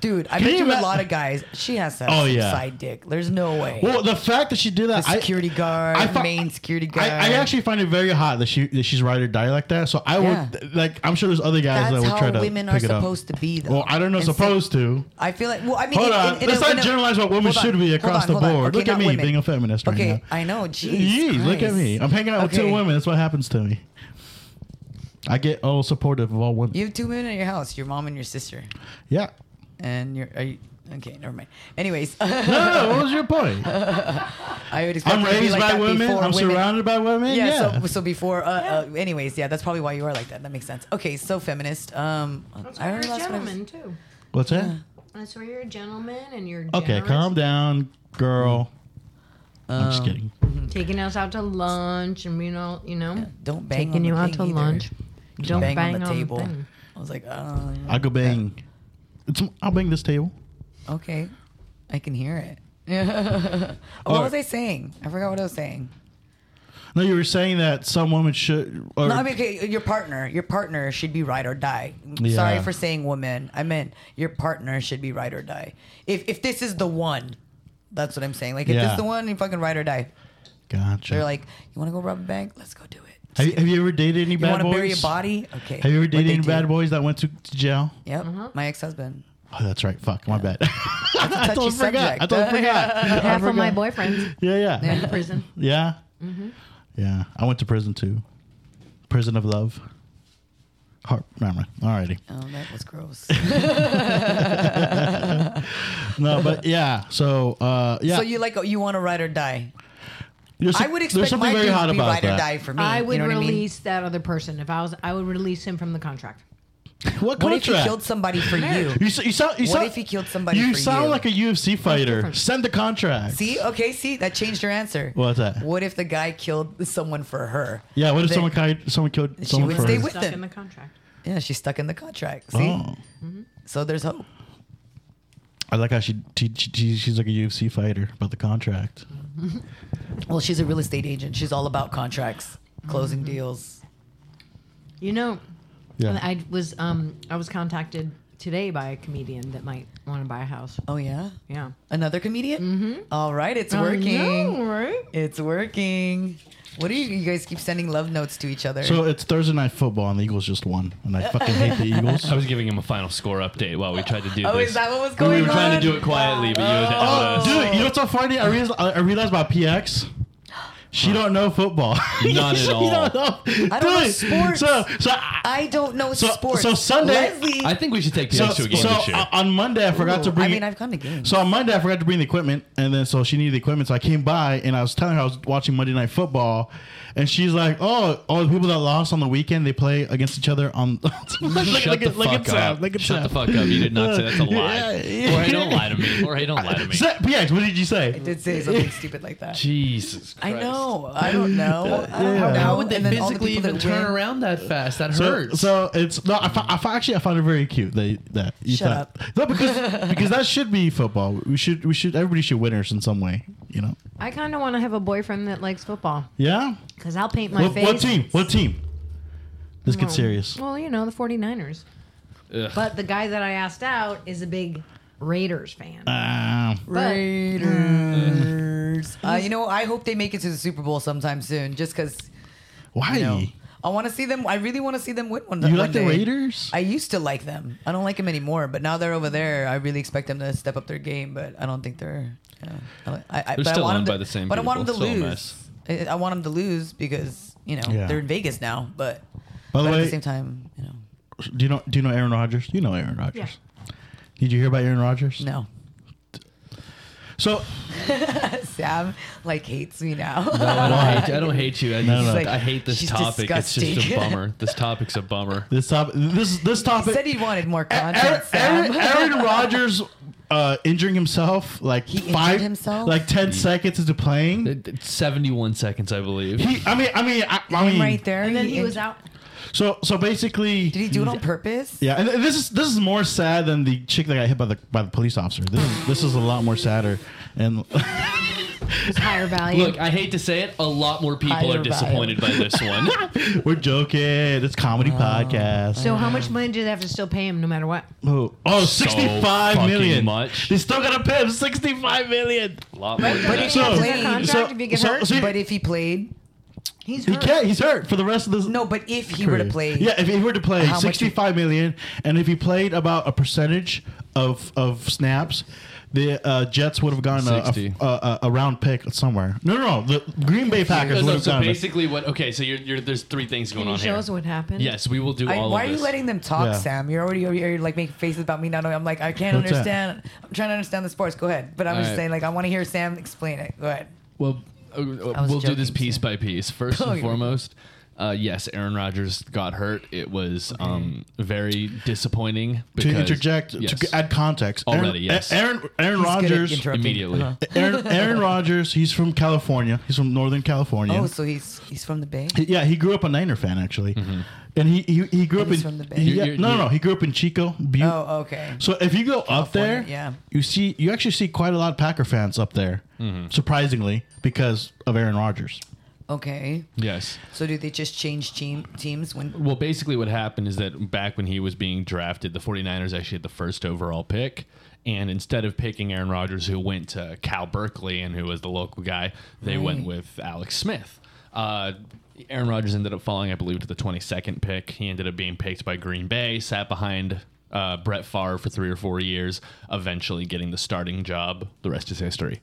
dude, I Can met you you a ima- lot of guys. She has to have Oh, some yeah. side dick. There's no way. Well, the fact that she did that, The security I, guard, I fi- main security guard. I, I actually find it very hot that she that she's ride or die like that. So I Yeah. would like. I'm sure there's other guys That's that would try how to. women pick are it up. supposed to be, though. Well, I don't know. And so- supposed to. I feel like. Well, I mean, Hold in- on. in- in Let's a- not in a- generalize what women hold on, should be hold across on, the hold on. board. Okay, look at not me women. being a feminist right Okay, now. I know. Jeez, Jeez, look at Christ. me. I'm hanging out with Okay. two women. That's what happens to me. I get all supportive of all women. You have two women in your house: your mom and your sister. yeah. And you're, are you, okay, never mind. Anyways, No, no, no, what was your point? I would expect I'm you to be raised like by that women. before I'm surrounded by women. Yeah, Yeah. So, so before, uh, uh, anyways, yeah, that's probably why you are like that. That makes sense. Okay, so feminist. Um, I You're a already lost what I was- gentleman too. What's that? That's where you're a gentleman and you're Okay, generous. calm down, girl. I'm Um, just kidding. Taking us out to lunch and you know, you know, Don't bang taking on you the out thing to either. lunch. Don't bang, bang, on the table. thing. I was like, oh, I go bang. It's, I'll bang this table. okay, I can hear it. what Alright. was I saying? I forgot what I was saying. No, you were saying that some women should. Or, No, I mean, okay, your partner, your partner should be ride or die. Yeah. Sorry for saying woman. I meant your partner should be ride or die. If if this is the one, that's what I'm saying. Like if this Yeah. is the one, you fucking ride or die. gotcha. They're like, you want to go rob a bank? Let's go do it. have, you, have you ever dated any You bad want to boys? bury a body? Okay. Have you ever What dated they any do. bad boys that went to, to jail? Yep, Uh-huh. my ex-husband. Oh, that's right. Fuck, my bad. Touchy I totally forgot. subject. I totally forgot. Half of my boyfriends Yeah, yeah, in prison. Mm-hmm. yeah. Yeah, I went to prison too. Prison of love. Heart. Never mind. Alrighty. Oh, that was gross. No, but yeah. So uh, yeah. So you like you want to ride or die? There's I some- would there's expect something my very dude hot to be about ride or that. die for me. I would you know release that other person if I was. I would release him from the contract. What What, I mean? what if contract? he killed somebody for you? You, s- you sound. You What sound, if he killed somebody You for sound you? like a UFC fighter. different. Send the contract. See, okay, see, that changed your answer. What's that? What if the guy killed someone for her? Yeah. What if Then- someone killed someone killed someone would for stay his- with Stuck them. in the contract. Yeah, she's stuck in the contract. See, Oh. so there's hope. I like how she, she, she she's like a UFC fighter about the contract. Well, she's a real estate agent. She's all about contracts, closing Mm-hmm. deals. You know, Yeah. I was um I was contacted today by a comedian that might want to buy a house. Oh yeah, Yeah. another comedian. Mm-hmm. All right, Oh, it's working. right? It's working. What do you, you guys keep sending love notes to each other? So it's Thursday night football and the Eagles just won, and I fucking hate the Eagles. I was giving him a final score update while we tried to do Oh, this. is that what was We- going We were trying on? to do it quietly, but you Oh, had to dude, you know what's so funny? I realized I realized about PX. She don't know football. Not at She all. don't know. I don't know Dude, sports. So, so I, I don't know So- sports. so Sunday- Leslie, I think we should take so, PX to a game so this year. uh, on Monday I forgot to Ooh, bring. I it- mean, I've gone to games. So on Monday, I forgot to bring the equipment, and then so she needed the equipment. So I came by and I was telling her I was watching Monday Night Football, and she's like, "Oh, all the people that lost on the weekend they play against each other on." like, Shut like- the like fuck it's up. out, like it's Shut the out. fuck up. You did not say that's a lie. Yeah. Jorge, don't lie to me. Jorge, don't lie to me. So, PX, what did you say? I did say something stupid like that. Jesus I Christ. know. I don't know. I don't know. How would they And then all the physically people even that turn win- around that fast? That So, hurts. so it's no. I, fo- I fo- actually I found it very cute that that you Shut thought- up. No, because because that should be football. We should we should everybody should winners in some way. You know. I kind of want to have a boyfriend that likes football Yeah. because I'll paint my What, face. what team? What team? This Well, gets serious. Well, you know, the 49ers. Ugh. But the guy that I asked out is a big Raiders fan. Um, But- Raiders. Mm. Uh, you know, I hope they make it to the Super Bowl sometime soon. Just because why? you know, I want to see them. I really want to see them win one. You one like the day. Raiders? I used to like them. I don't like them anymore. But now they're over there. I really expect them to step up their game. But I don't think they're. Yeah, I, don't- I, I, but I still want owned them to, by the same But I want them to people. Still a lose. I, I want them to lose because you know Yeah. they're in Vegas now. But, By the but at way- the same time, you know, do you know Do you know Aaron Rodgers? You know Aaron Rodgers. Yeah. Did you hear about Aaron Rodgers? no. So Sam like hates me now. I don't, hate, I don't hate you. I, No, just- no. I hate this She's topic. It's just a disgusting. bummer. This topic's a bummer. this topic this this he topic said he wanted more Aaron, content. Aaron, Sam. Aaron Rodgers uh, injuring himself like injured five himself? like ten seconds into playing. It- it's 71 seconds, I believe. He, I mean, I mean, I, I Him mean, right there. and then he was out. So, so basically, Did he do it on purpose? yeah, and th- this is this is more sad than the chick that got hit by the by the police officer. This is this is a lot more sadder, and It's higher value. Look, I hate to say it, a lot more people Higher are disappointed by this one. we're joking. It's comedy podcast. so how much money do they have to still pay him no matter what? Oh, oh So 65 million. fucking much. They still gotta pay him 65 million. a lot more. But than if that. he So- plays their contract, so- if he gets so- hurt, so- But if he played, he's He hurt. can't. He's hurt for the rest of this. no. But if he were to play, Yeah, if he were to play How much- sixty-five million, and if he played about a percentage of of snaps, the uh, Jets would have gotten a, a, 60. a, a round pick somewhere. No, no, no. The Green Bay Packers would So, have so gotten it. basically, what? Okay, so you're, you're, there's three things going Can you on show here. us what happened? Yes, we will do I, all why are of you this. letting them talk, Yeah. Sam? You're already over here, like making faces about me not knowing. I'm like, I can't What's that? understand. I'm trying to understand the sports. Go ahead. But I'm All just right. saying, like, I want to hear Sam explain it. Go ahead. Well, uh, uh, was we'll do this joking, piece so. by piece. First Oh, and you're- foremost, uh, yes, Aaron Rodgers got hurt. It was um, very disappointing. to Because, interject yes, to add context. Already, Aaron, yes. Aaron Aaron He's good at Rodgers. interrupting. immediately. Aaron, Aaron Rodgers. He's from California. He's from Northern California. Oh, so he's he's from the Bay. Yeah, he grew up a Niner fan actually, and he he, he grew up And in he's from the Bay. he- yeah, Mm-hmm. You're- no no you're- no he grew up in Chico. Butte. Oh, okay. So if you go up there, California, yeah. you see you actually see quite a lot of Packer fans up there, Mm-hmm. surprisingly because of Aaron Rodgers. Okay. Yes. So do they just change team teams when? Well, basically, what happened is that back when he was being drafted, the 49ers actually had the first overall pick. And instead of picking Aaron Rodgers, who went to Cal Berkeley and who was the local guy, they went with Alex Smith. Uh, Aaron Rodgers ended up falling, I believe, to the 22nd pick. He ended up being picked by Green Bay, sat behind uh, Brett Favre for three or four years, eventually getting the starting job. The rest is history.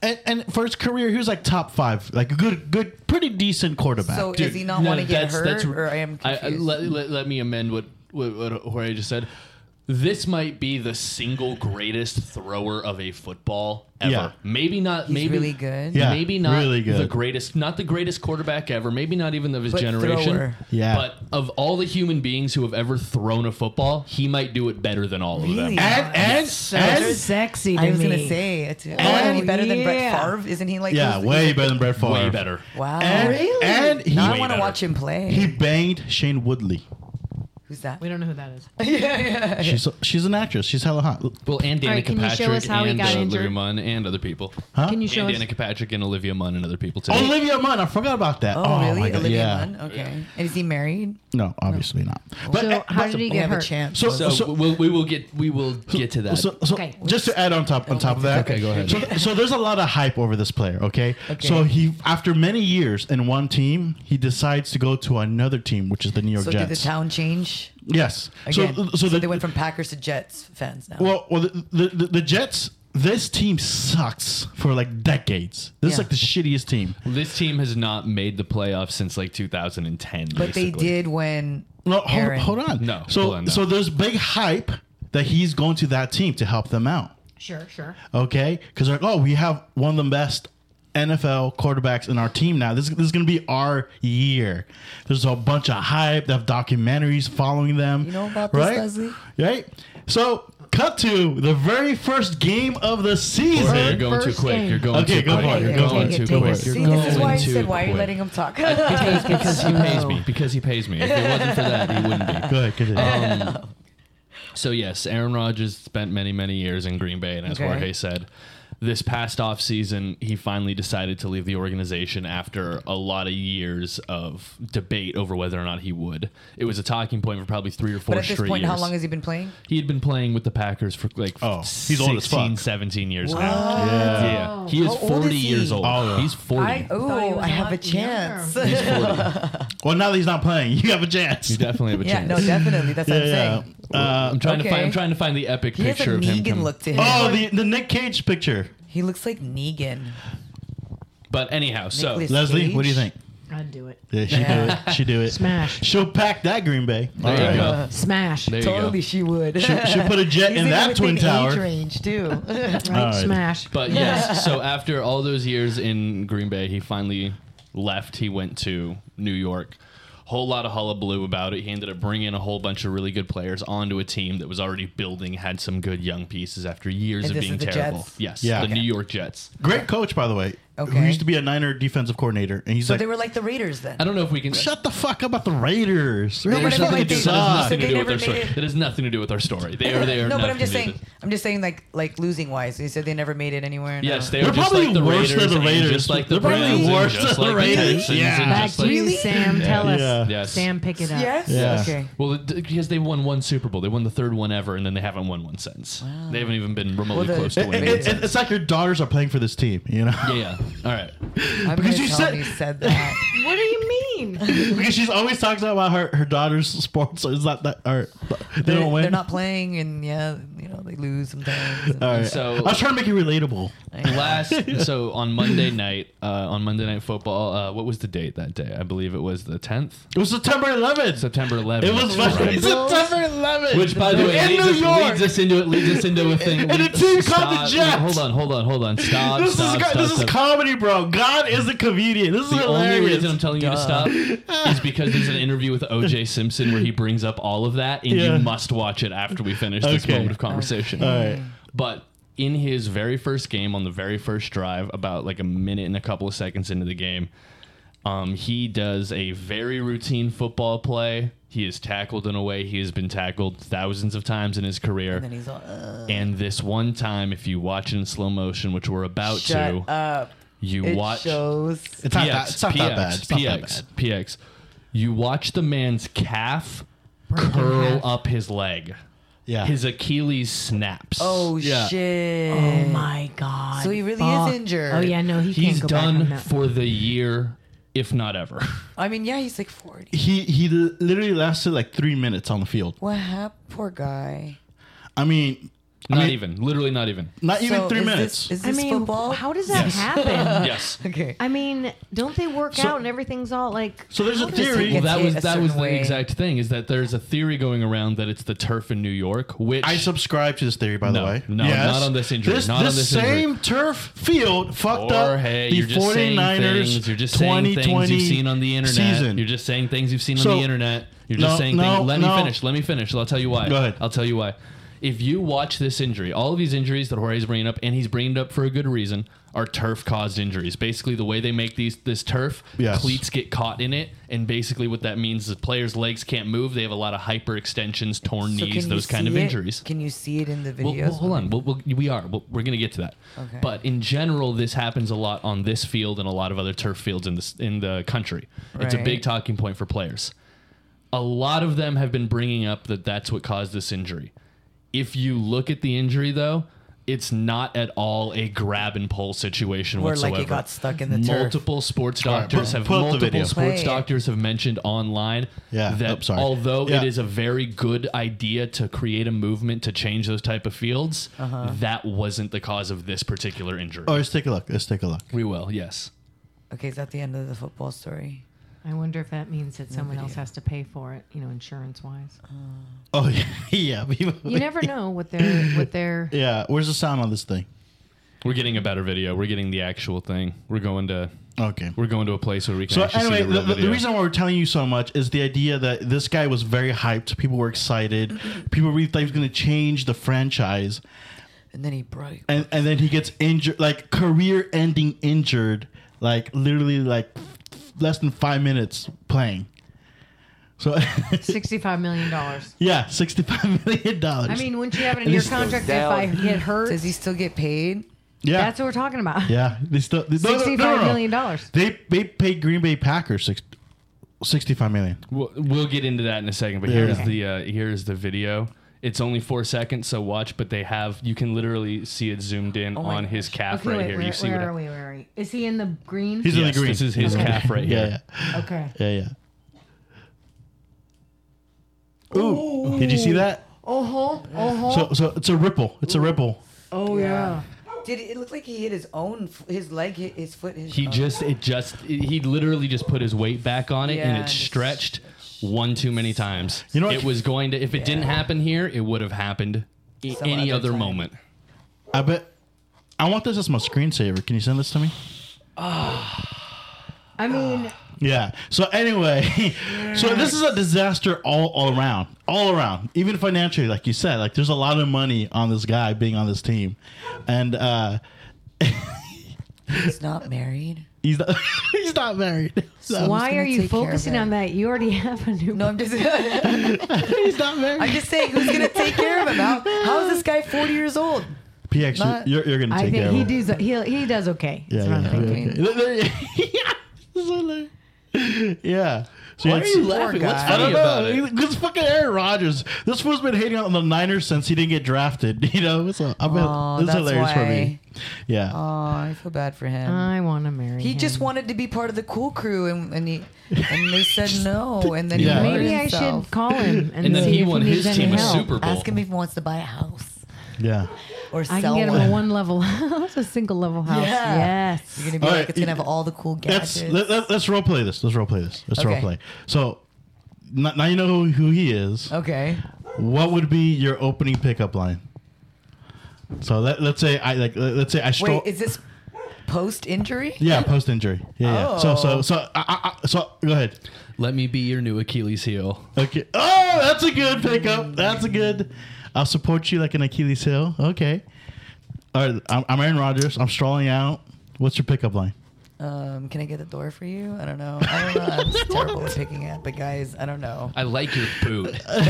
and, and for his career, he was like top five, like a good, good, pretty decent quarterback. So Dude, does he not want to get hurt? or I am confused. let, let, let me amend what, what, what Jorge just said. This might be the single greatest thrower of a football ever. Yeah. Maybe not. maybe really good. Yeah, maybe not really good. the greatest, not the greatest quarterback ever. Maybe not even of his But generation. thrower. Yeah. But of all the human beings who have ever thrown a football, he might do it better than all of them. Really? and and, and sexy. I was gonna say, it's, oh, and he better than Brett yeah. Favre, isn't he? Like yeah, who's- way better than Brett Favre. way better. Wow, And, and he, now I way want to better. watch him play. he banged Shane Woodley. Who's that? We don't know who that is. She's she's an actress. She's hella hot. Well, and Danica All right, can you show Patrick us how he and got uh, injured? Olivia Munn and other people. Can you show and us? Danica Patrick and Olivia Munn and other people too. Olivia Munn. I forgot about that. Oh, really? my God. Olivia yeah. Munn? Okay. And is he married? No, obviously not. But eh, So how did he We get have hurt? a chance. so, so, so, we'll, we will get we will get to that. So, so Okay. just to add on top on top of that, Okay, go ahead. So, so there's a lot of hype over this player. Okay? so he after many years in one team, he decides to go to another team, which is the New York So did the Jets. town change yes. again? So, so, the, they went from Packers to Jets fans now. well, well, the, the, the, the Jets. This team sucks for like decades. This is Yeah. like the shittiest team. this team has not made the playoffs since like 2010. but they did when No, hold, Aaron- hold on. No, So hold on, no. so there's big hype that he's going to that team to help them out. Sure, sure. okay? Because they're like, oh, we have one of the best NFL quarterbacks in our team now. This, this is going to be our year. There's a bunch of hype. They have documentaries following them. You know about this, right? Leslie? Right? So, cut to the very first game of the You're season. going too First quick. game. You're going Okay, too go quick. for it, You're go going for it, too take it, quick. take You're it. See, going this is why I too said, why are you quick. letting him talk? Because, because he pays me. Because he pays me. If it wasn't for that, he wouldn't be. Go ahead, continue. Um, So yes, Aaron Rodgers spent many, many years in Green Bay, and as Okay. Jorge said, this past off season, he finally decided to leave the organization after a lot of years of debate over whether or not he would. It was a talking point for probably three or four but at this straight point, years. how long has he been playing? he had been playing with the Packers for like Oh, he's 16, old as fuck. 17 years now. yeah. Yeah, he is How old 40 is he? years old. Oh, yeah. He's 40. I thought he oh, was I a have a lot chance. He's 40. Well, now that he's not playing, you have a chance. You definitely have a yeah, chance. no, definitely. That's what I'm Yeah. saying. Uh, I'm trying to Okay. find. I'm trying to find the epic He has a picture of him. Negan coming- look to him. oh, the, the Nick Cage picture. he looks like Negan. But anyhow, so Nicholas- Leslie, what do you Cage? think? I'd do it. Yeah, she do it. She do it. Smash. She'll pack that Green Bay. there you go. Uh, Smash. There you go. Totally, she would. She, she put a jet He's in even that within twin tower. Age range too. Right? right. Smash. But yes, so after all those years in Green Bay, he finally left. He went to New York. Whole lot of hullabaloo about it. He ended up bringing a whole bunch of really good players onto a team that was already building, had some good young pieces after years And of this being is the terrible. Jets? Yes, Yeah. the Okay. New York Jets. Great coach, by the way. Who Okay. used to be a Niner defensive coordinator, and he's so like, they were like the Raiders then. I don't know if we can. "Shut the fuck up about the Raiders. Raiders There's nothing to fucking they- do- that has suck." nothing to they do with never our story. made it. That has nothing to do with our story. They are. They are. no, but nothing I'm just to do with saying. it. I'm just saying, like, like losing wise. They said they never made it anywhere. no. Yes, they They're are just probably like the worse Raiders. than the and Raiders. Just like the They're probably Browns and worse just than the like Raiders. Texans and Yeah. Back just to like- you, Sam. Tell us. Yeah. Yes. Sam, pick it up. Yes. Yeah. Okay. Well, th- because they won one Super Bowl, they won the third one ever, and then they haven't won one since. They haven't even been remotely Well, the- close to It- winning. it- one it- since. it's like your daughters are playing for this team, you know? yeah, yeah. All right. I'm Because gonna you tell said- him he said that. What do you mean? because she's always talking about her, her daughter's sports. So it's not that or they they're, don't win. they're not playing, and yeah, you know, they lose sometimes. and- All right. So- I was trying to make you relatable. Last, so on Monday night, uh, on Monday night football, uh, what was the date that day? I believe it was the 10th, It was September 11th. September 11th. it was Right. fucking September 11th. Which, by the way, in leads New us, York. leads us into it. Leads us into a thing. And the leads us- team called the stop. Jets. Hold on, hold on, hold on. Stop. This stop, is stop, this is stop. comedy, bro. God is a comedian. This is The hilarious. only reason I'm telling you to stop is because there's an interview with OJ Simpson where he brings up all of that, and Yeah. you must watch it after we finish this Okay. moment of conversation. Alright. But in his very first game, on the very first drive, about like a minute and a couple of seconds into the game, um, he does a very routine football play. He is tackled in a way he has been tackled thousands of times in his career. and he's all, uh, And this one time, if you watch it in slow motion, which we're Oh, about shut to, up. you It watch. shows. It's not, that, it's not that bad. It's not that PX, bad. PX. You watch the man's calf curl up his leg. Yeah. His Achilles snaps. Oh Yeah. shit! Oh my god. So he really Fuck. is injured. Oh yeah, no, he He's can't go back on done that. for the year, if not ever. I mean, yeah, he's like forty. He he l- literally lasted like three minutes on the field. What happened? Poor guy. I mean, Not mean- even. Literally not even. Not even So three is this- minutes. is I this mean, football? how does that Yes. happen? Yes. okay. I mean, don't they work So- out and everything's all like? So there's a how does it- theory- Well, that hit was a that was certain the way. exact thing is that there's a theory going around that it's the turf in New York, which I subscribe to this theory, by the No, way. no, not on this injury, This, not on this this injury. same turf field fucked or up hey, the you're just saying 49ers things. You're just saying 2020 things you've seen on the internet. season. You're just saying things you've seen So- on the internet. You're just No, saying no, things. Let no. me finish. Let me finish. I'll tell you why. Go ahead. I'll tell you why. If you watch this injury, all of these injuries that Jorge's bringing up, and he's bringing it up for a good reason, are turf caused injuries. Basically, the way they make these this turf, Yes. cleats get caught in it, and basically what that means is players' legs can't move. They have a lot of hyperextensions, torn So can knees, you those kind see of it? injuries. Can you see it in the videos? Well, well, hold on. We'll, we'll, we are. We'll, we're going to get to that. Okay. But in general, this happens a lot on this field and a lot of other turf fields in this in the country. It's a Right. big talking point for players. A lot of them have been bringing up that that's what caused this injury. If you look at the injury, though, it's not at all a grab and pull situation Where, like, whatsoever. it got stuck in the turf. multiple sports doctors pull- have pull up the video. multiple sports Play. doctors have mentioned online Yeah, that oh, sorry. although Yeah. it is a very good idea to create a movement to change those type of fields, Uh-huh. that wasn't the cause of this particular injury. Oh, let's take a look. Let's take a look. we will, yes. Okay, is that the end of the football story? I wonder if that means that someone else has to pay for it, you know, insurance wise. Oh yeah, yeah. You never know what their what their yeah. Where's the sound on this thing? We're getting a better video. We're getting the actual thing. We're going to Okay. we're going to a place where we can So actually anyway, see the real the, the, the video. reason why we're telling you so much is the idea that this guy was very hyped. People were excited. Mm-hmm. People really thought he was going to change the franchise, And then he broke. and and then he gets injured, like career-ending injured, like literally like less than five minutes playing. So sixty five million dollars. yeah, sixty-five million dollars. I mean, wouldn't you have it And in your this contract that if I get hurt? Does he still get paid? yeah, That's what we're talking about. yeah. They still they, no, no, no, no, Sixty-five no. million dollars. They they paid Green Bay Packers six, 65 million. We'll, we'll get into that in a second, but Yeah. here's the uh, here's the video. It's only four seconds, so watch. But they have you can literally see it zoomed in my on his calf Oh Okay, right wait, here. where, you see where what I- are we? Where are we? Is he in the green? He's in Yes, the green. This is his calf right here. Yeah, yeah, okay. yeah, yeah. Ooh, did you see that? Oh ho, oh ho. So, so it's a ripple. It's a ripple. oh yeah. Did it, it look like he hit his own, f- his leg, hit his foot, his He uh, just it just he literally just put his weight back on it Yeah, and it just- stretched one too many times. You know what- it was going to if it didn't happen here, it would have happened i- Some any other other time. moment. I bet. I want this as my screensaver. Can you send this to me? I mean, Yeah. So anyway, so this is a disaster all, all around, all around. Even financially, like you said, like there's a lot of money on this guy being on this team, and uh, He's not married. he's not, he's not married. So Why why gonna are take you care of focusing it. on that? You already have a new. No, I'm just, he's not married. I'm just saying, who's gonna take care of him? How, how is this guy 40 years old? PX, Not- you're, you're gonna I take care think of he him. does. He he does okay. Yeah, That's what I'm yeah, thinking. okay. yeah. So, like, yeah. So Why are it's- you laughing? What's guy. I funny don't about know. it? Because fucking Aaron Rodgers. This fool's been hating on the Niners since he didn't get drafted. You know, so I mean, Aw, it's that's hilarious for me. why. Yeah. Oh, I feel bad for him. I want to marry. he him. just wanted to be part of the cool crew, and, and he and they said no, and then Yeah. he hurt Maybe I himself. should call him and, And then see he if won he his needs any team a help. Super Bowl. Ask him if he wants to buy a house yeah. or I sell can get him one. a one level house, a single level house. Yeah. Yes. You're gonna be All like, right, it's gonna you- have all the cool gadgets. Let's let, let, let's role play this. Let's role play this. Let's Okay. role play. So n- now you know who, who he is. okay. What would be your opening pickup line? So let, let's say I like let- let's say I stole. Wait, is this post injury? yeah, post injury. Yeah, yeah. So Oh. so so I, I, I, so go ahead. Let me be your new Achilles heel. Okay. Oh, that's a good pickup. That's a good. I'll support you like an Achilles heel. Okay. All right. I'm, I'm Aaron Rodgers. I'm strolling out. What's your pickup line? Um, can I get the door for you? I don't know. I don't know. I'm just terrible at picking up, but guys, I don't know. I like your boot. How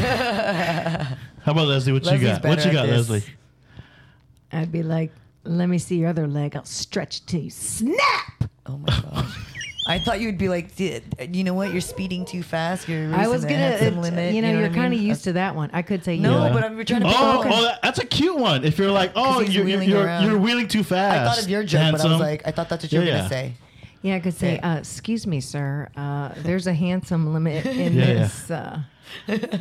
about Leslie? What Leslie's you got? What better you at got, this. Leslie? I'd be like, let me see your other leg. I'll stretch it to you. Snap! Oh my gosh. I thought you'd be like, "D- you know what? You're speeding too fast. You're I was gonna, had some it- limit. you know, you are what I kind of mean? used to that one. I could say No, Yeah. but I'm trying to pick Oh, up. oh, that- that's a cute one. If you're like, oh, he's you're you're, wheeling you're, around. you're wheeling too I fast. thought of your joke, but I handsome. was like, I thought that's what you were Yeah, gonna yeah. say. Yeah, I could say, Yeah. uh, excuse me, sir. Uh, there's a handsome limit in Yeah, yeah. this uh,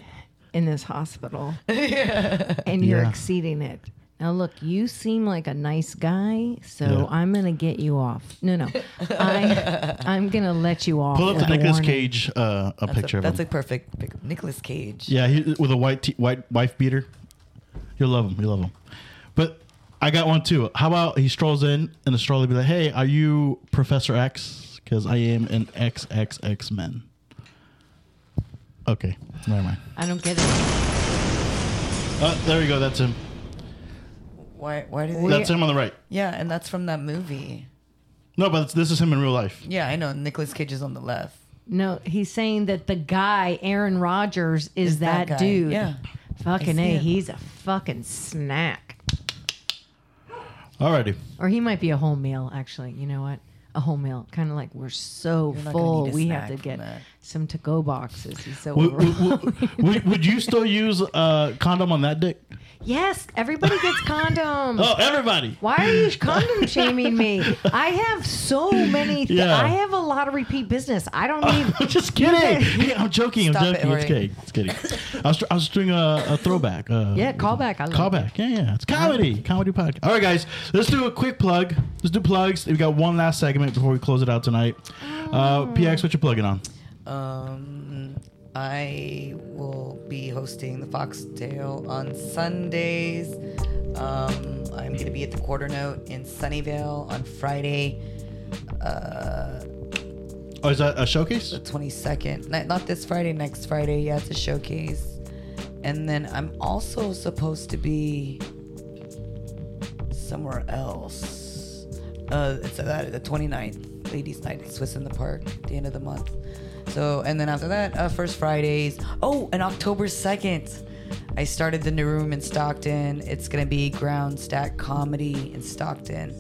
in this hospital, and you're Yeah. exceeding it. Now look, you seem like a nice guy, so Yeah. I'm gonna get you off. No, no, I, I'm gonna let you off. Pull up the with a Nicolas warning. Cage uh, a That's picture a, of that's him. a perfect pick. Nicolas Cage. Yeah, he, with a white t- white wife beater. You'll love him. You'll love him. But I got one too. How about he strolls in and the stroller be like, "Hey, are you Professor X? Because I am an XXX men." Okay, never mind. I don't get it. Uh, there we go. That's him. Why? Why do they? That's him on the right. yeah, and that's from that movie. No, but this is him in real life. Yeah, I know. Nicolas Cage is on the left. No, he's saying that the guy Aaron Rodgers is, Is that that, guy. dude. Yeah. Fucking I see a, it. he's a fucking snack, Alrighty. or he might be a whole meal. Actually, you know what? A whole meal, kind of like we're so You're not gonna full, need a we snack have to from get that. some to-go boxes. He's so Would, would, overwhelmed. would- would, would you still use uh, condom on that dick? yes, everybody gets condoms. Oh, everybody. Why are you condom shaming me? I have so many. Th- Yeah. I have a lot of repeat business. I don't I'm need. just kidding. Hey, I'm joking. Stop I'm it, joking. It's Jorge. kidding. It's kidding. I was, I was doing a, a throwback. Uh, Yeah, callback. I love callback. Yeah, yeah. It's comedy. Comedy podcast. All right, guys. Let's do a quick plug. Let's do plugs. We got one last segment before we close it out tonight. Oh. Uh, PX, what you plugging on? Um, I will be hosting the Foxtail on Sundays. Um, I'm going to be at the Quarter Note in Sunnyvale on Friday, uh, Oh, is that a showcase? the 22nd. Not, not this Friday, next Friday. Yeah, it's a showcase. And then I'm also supposed to be somewhere else. Uh, it's that the 29th, Ladies' Night at Swiss in the Park, the end of the month. So, and then after that, uh, First Fridays. Oh, and October 2nd, I started the new room in Stockton. It's going to be Ground Stack Comedy in Stockton.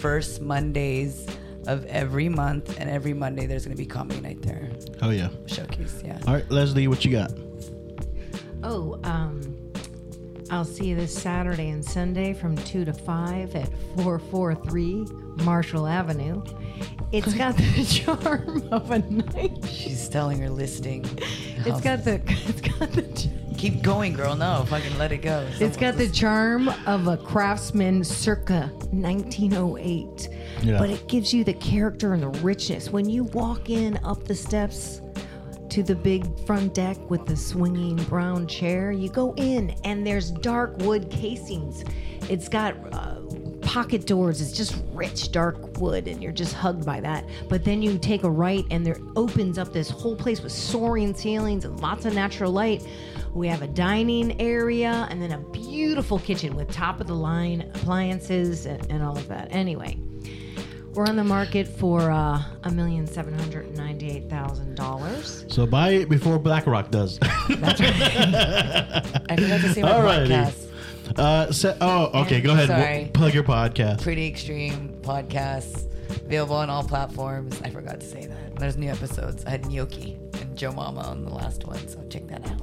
First Mondays of every month, and every Monday there's going to be comedy night there. Oh, yeah. Showcase, yeah. All right, Leslie, what you got? Oh, um, I'll see you this Saturday and Sunday from two to five at four four three Marshall Avenue. It's got the charm of a night. She's telling her listing. It's got the. It's got the. ch- Keep going, girl. No, fucking let it go. It's got the Someone's charm of a craftsman circa 1908, Yeah. but it gives you the character and the richness. When you walk in up the steps to the big front deck with the swinging brown chair, you go in and there's dark wood casings. It's got uh, pocket doors. It's just rich, dark wood, and you're just hugged by that. But then you take a right and there opens up this whole place with soaring ceilings and lots of natural light. We have a dining area and then a beautiful kitchen with top of the line appliances and, and all of that. Anyway, we're on the market for uh, $1,798,000. So buy it before BlackRock does. listing. I forgot to say my Alrighty. podcast. Uh, se- oh, okay. Go ahead. Sorry. Plug your podcast. Pretty Extreme podcast. Available on all platforms. I forgot to say that. There's new episodes. I had Gnocchi and Joe Mama on the last one, so check that out.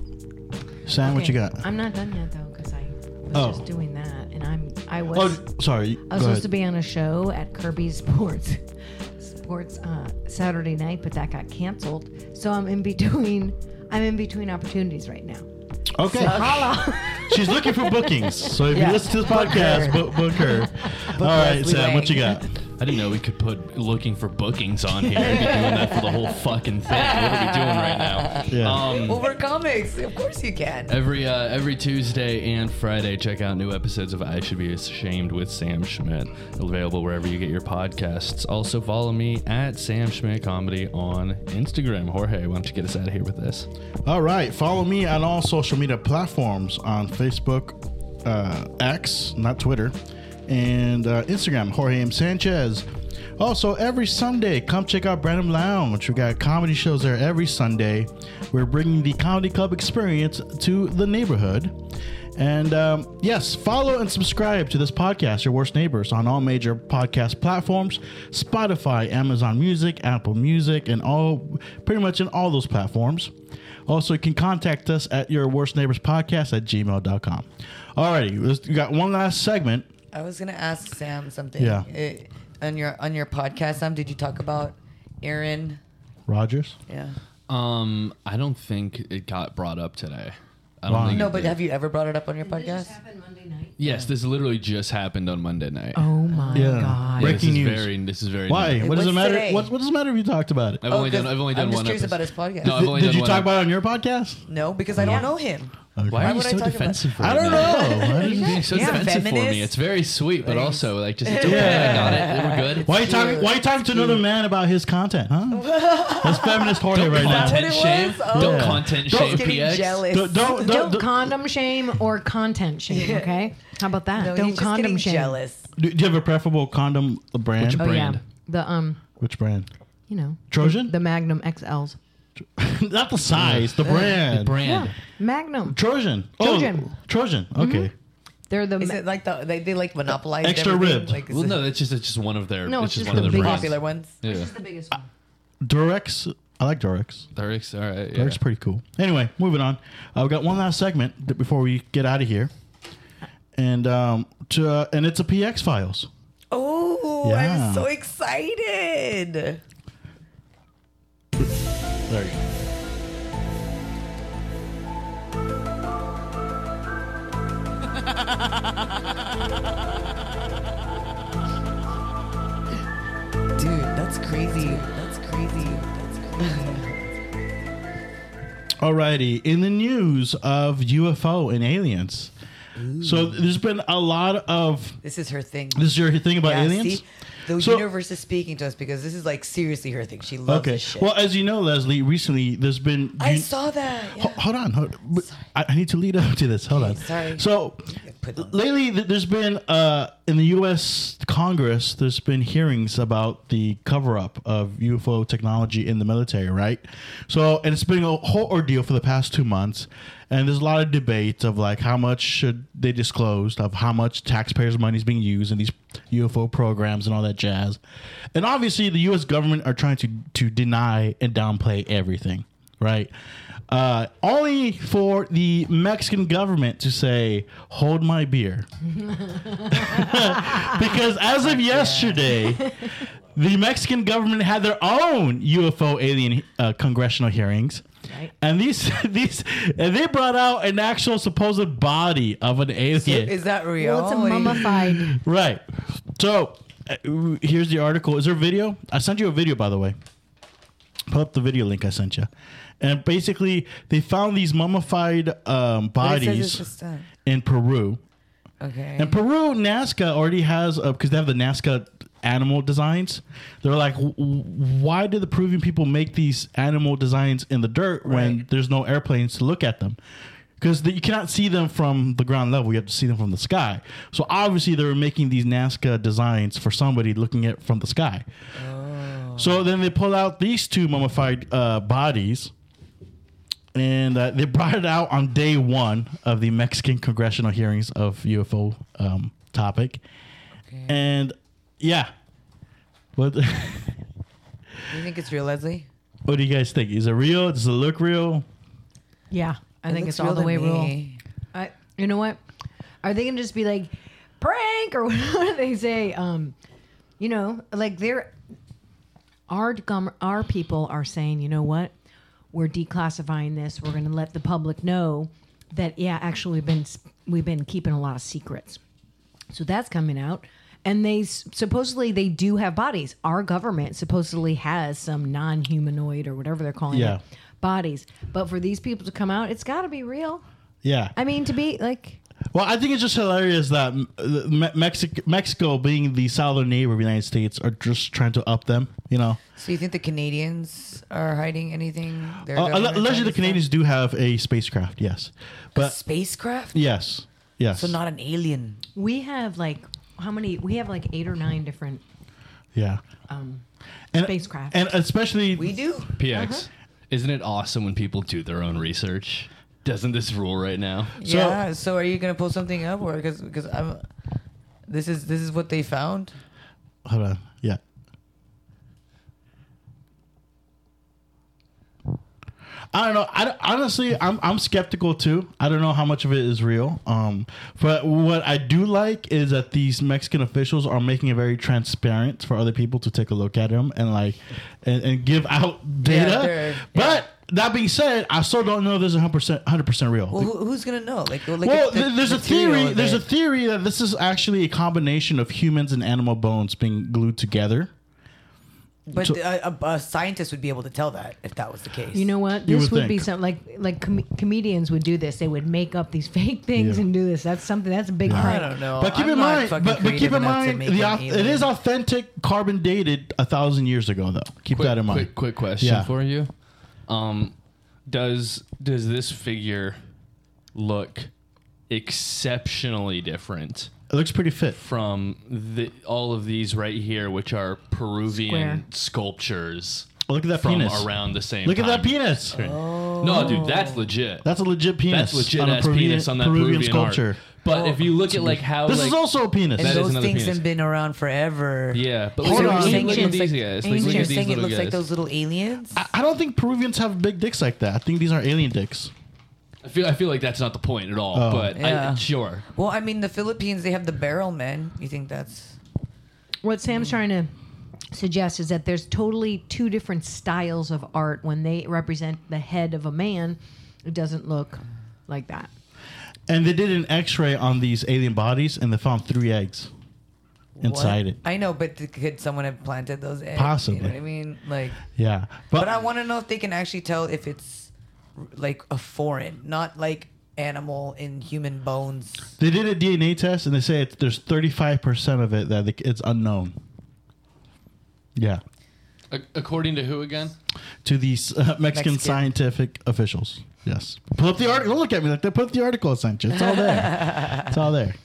Sam, what Okay, you got? I'm not done yet, though, because I was Oh. just doing that and I'm, I was. Oh, sorry. I Go was supposed ahead. to be on a show at Kirby's Sports Sports uh, Saturday night, but that got canceled. So I'm in between. I'm in between opportunities right now. Okay. She's looking for bookings. So if Yeah. you listen to this podcast, her. book, book her. All right, Leslie Sam, what you Wang. got? I didn't know we could put looking for bookings on here. We'd be doing that for the whole fucking thing. What are we doing right now? Yeah. Mm. Um, Well, we're comics. Of course you can. Every uh, every Tuesday and Friday, check out new episodes of I Should Be Ashamed with Sam Schmidt, available wherever you get your podcasts. Also, follow me at Sam Schmidt Comedy on Instagram. Jorge, why don't you get us out of here with this? All right. Follow me on all social media platforms on Facebook, uh, X, not Twitter, and uh, Instagram, Jorge M. Sanchez. Also, every Sunday, come check out Brandon Lounge. We got comedy shows there every Sunday. We're bringing the comedy club experience to the neighborhood. And um, yes, follow and subscribe to this podcast, Your Worst Neighbors, on all major podcast platforms Spotify, Amazon Music, Apple Music, and all pretty much in all those platforms. Also, you can contact us at Your Worst Neighbors Podcast at gmail.com. Alrighty, let's- we got one last segment. I was gonna ask Sam something. Yeah. Eh, on your on your podcast, Sam, did you talk about Aaron? Rogers? Yeah. Um, I don't think it got brought up today. I don't Wow. think No, it but did. have you ever brought it up on your podcast? happened Monday night. Yes, this literally just happened on Monday night. Oh my Yeah. god. Yeah, Breaking this is news. Very, this is very. Why? new. What does it What's matter? today? What, what does it matter if you talked about it? I've Oh, only done. 'cause I've only done I'm just one. curious episode. about his podcast. No, I've only Did done you one talk episode. about it on your podcast? No, because I don't know him. Why are you would I so talk about- defensive? I right don't now? know. I You're didn't- being so Yeah, defensive for me. feminist. It's very sweet, but also like just it's okay. I got it. We're good. Why are you talking? Why are you talking to another man about his content, huh? That's feminist horny Don't right now. content Is that what it shame. was? Oh. Don't Yeah. content Don't shame. get Getting PX. jealous. Don't, don't, Don't, don't, don't, condom shame or content shame, okay? How about that? No, Don't he's just condom getting shame. jealous. do you have a preferable condom brand? Which Oh brand? yeah. The um, Which brand? you know, Trojan? the Magnum XLs. Not the size, the brand. The brand. Yeah. Magnum. Trojan. Trojan. Oh, Trojan. Okay. They're the Is ma- it like the they, they like monopolize Extra everything? rib. Like, is Well, it no, that's just it's just one of their. No, it's it's just just one of the their big brands. popular ones. Yeah. the biggest one. Durex. I like Durex. Durex. All right. Yeah. Durex pretty cool. Anyway, moving on. Uh, we got one last segment th- before we get out of here, and um, to uh, and it's a PX files. Oh, Yeah. I'm so excited. There you go. Dude, that's crazy. That's crazy. That's crazy. Alrighty, in the news of UFO and aliens. So there's been a lot of this is her thing. this is your thing about Yeah, aliens. see? The So- universe is speaking to us because this is like seriously her thing. She loves okay. this shit. Well, as you know, Leslie, recently there's been I you- saw that. Ho- Yeah. Hold on, hold, but I, I need to lead up to this. Hold on. sorry. So Put on. lately, th- there's been uh, in the U.S. Congress, there's been hearings about the cover-up of UFO technology in the military, right? So, and it's been a whole ordeal for the past two months, and there's a lot of debate of like how much should they disclose, of how much taxpayers' money is being used in these UFO programs and all that jazz, and obviously the U.S. government are trying to to deny and downplay everything right? Uh, only for the Mexican government to say, "Hold my beer," because as of yesterday, the Mexican government had their own UFO alien uh, congressional hearings. Right. And these, these, and they brought out an actual supposed body of an alien. Is that real? Well, it's a What do you- mummified. Right. So uh, here's the article. Is there a video? I sent you a video, by the way. Pull up the video link I sent you. And basically, they found these mummified um, But it says it's bodies just a- in Peru. Okay. And Peru, Nazca already has, because they have the Nazca animal designs. They're like, "W- w- why do the Peruvian people make these animal designs in the dirt when Right. there's no airplanes to look at them? Because you cannot see them from the ground level, you have to see them from the sky. So obviously, they were making these Nazca designs for somebody looking at from the sky. So then they pull out these two mummified uh, bodies and uh, they brought it out on day one of the Mexican congressional hearings of UFO um, topic, and yeah, what you think it's real, Leslie? what do you guys think? Is it real? Does it look real? Yeah, I It think looks it's all real the to way real. me. I, you know what? Are they gonna just be like prank or what do they say? Um, you know, like they're our gum- our people are saying, you know what? We're declassifying this. We're gonna let the public know that yeah, actually we've been s- we've been keeping a lot of secrets. So that's coming out. And they s- supposedly they do have bodies. Our government supposedly has some non-humanoid or whatever they're calling Yeah. it bodies. But for these people to come out, it's got to be real. Yeah. I mean, to be like, Well, I think it's just hilarious that mm, the Me- Mexico, Mexico, being the southern neighbor of the United States, are just trying to up them. You know, So you think the Canadians are hiding anything? Their uh, government allegedly the hiding Canadians stuff? do have a spacecraft. Yes, A but spacecraft. yes, yes. So not an alien. we have like how many? We have like eight or nine different. yeah. and, spacecraft. and especially um, We do. PX. Isn't it awesome when people do their own research? Doesn't this rule right now? So- yeah. So are you gonna pull something up or because because I'm. This is this is what they found. Hold on. Yeah. I don't know. I don't- honestly, I'm I'm skeptical too. I don't know how much of it is real. Um, but what I do like is that these Mexican officials are making it very transparent for other people to take a look at them and like, and, and give out data. they're- but That being said, I still don't know this is 100%, 100% real. Well, who, who's gonna know? Like, well, like well, the- the th- there's a material theory. of There's a it. theory that this is actually a combination of humans and animal bones being glued together. but a, a, a scientist would be able to tell that if that was the case. You know what? You This would would, be think. something like like com- comedians would do this. They would make up these fake things Yeah. and do this. That's something. That's a big I part. don't know. but keep Oh, I'm in not mind, fucking but, but keep creative in enough to mind, make the an au- it alien. is authentic carbon dated a thousand years ago, though. Keep quick, that in mind. Quick, quick question Yeah. for you. Um, does does this figure look exceptionally different It looks pretty fit. from the, all of these right here, which are Peruvian sculptures? Look at that from penis. around the same. Look at that time? penis. Oh. No, dude, that's legit. That's a legit penis. That's legit on a ass penis on that Peruvian, Peruvian, sculpture. Art. But if you look at like how This like, is also a penis. Oh, and That is those another things penis. have been around forever. yeah, but Hold look, on. at- Saying look it at looks these like guys. So Look you're at these saying it little looks like guys. those little aliens? I, I don't think Peruvians have big dicks like that. I think these are alien dicks. I feel I feel like that's not the point at all. but Yeah. I, sure, well, I mean, the Philippines they have the barrel men. You think that's What Sam's trying to suggest is that there's totally two different styles of art. When they represent the head of a man, it doesn't look like that. And they did an X-ray on these alien bodies, and they found three eggs inside what? it. I know, but th- could someone have planted those eggs? Possibly. You know what I mean? Like, Yeah, but, but I want to know if they can actually tell if it's r- like a foreign, not like animal in human bones. they did a DNA test, and they say it's, there's 35 percent of it that they, it's unknown. Yeah, A- according to who again? to these uh, Mexican Mexican. scientific officials. Yes, pull up the article. Don't look at me like that. Put up the article I sent you. It's all there. it's all there.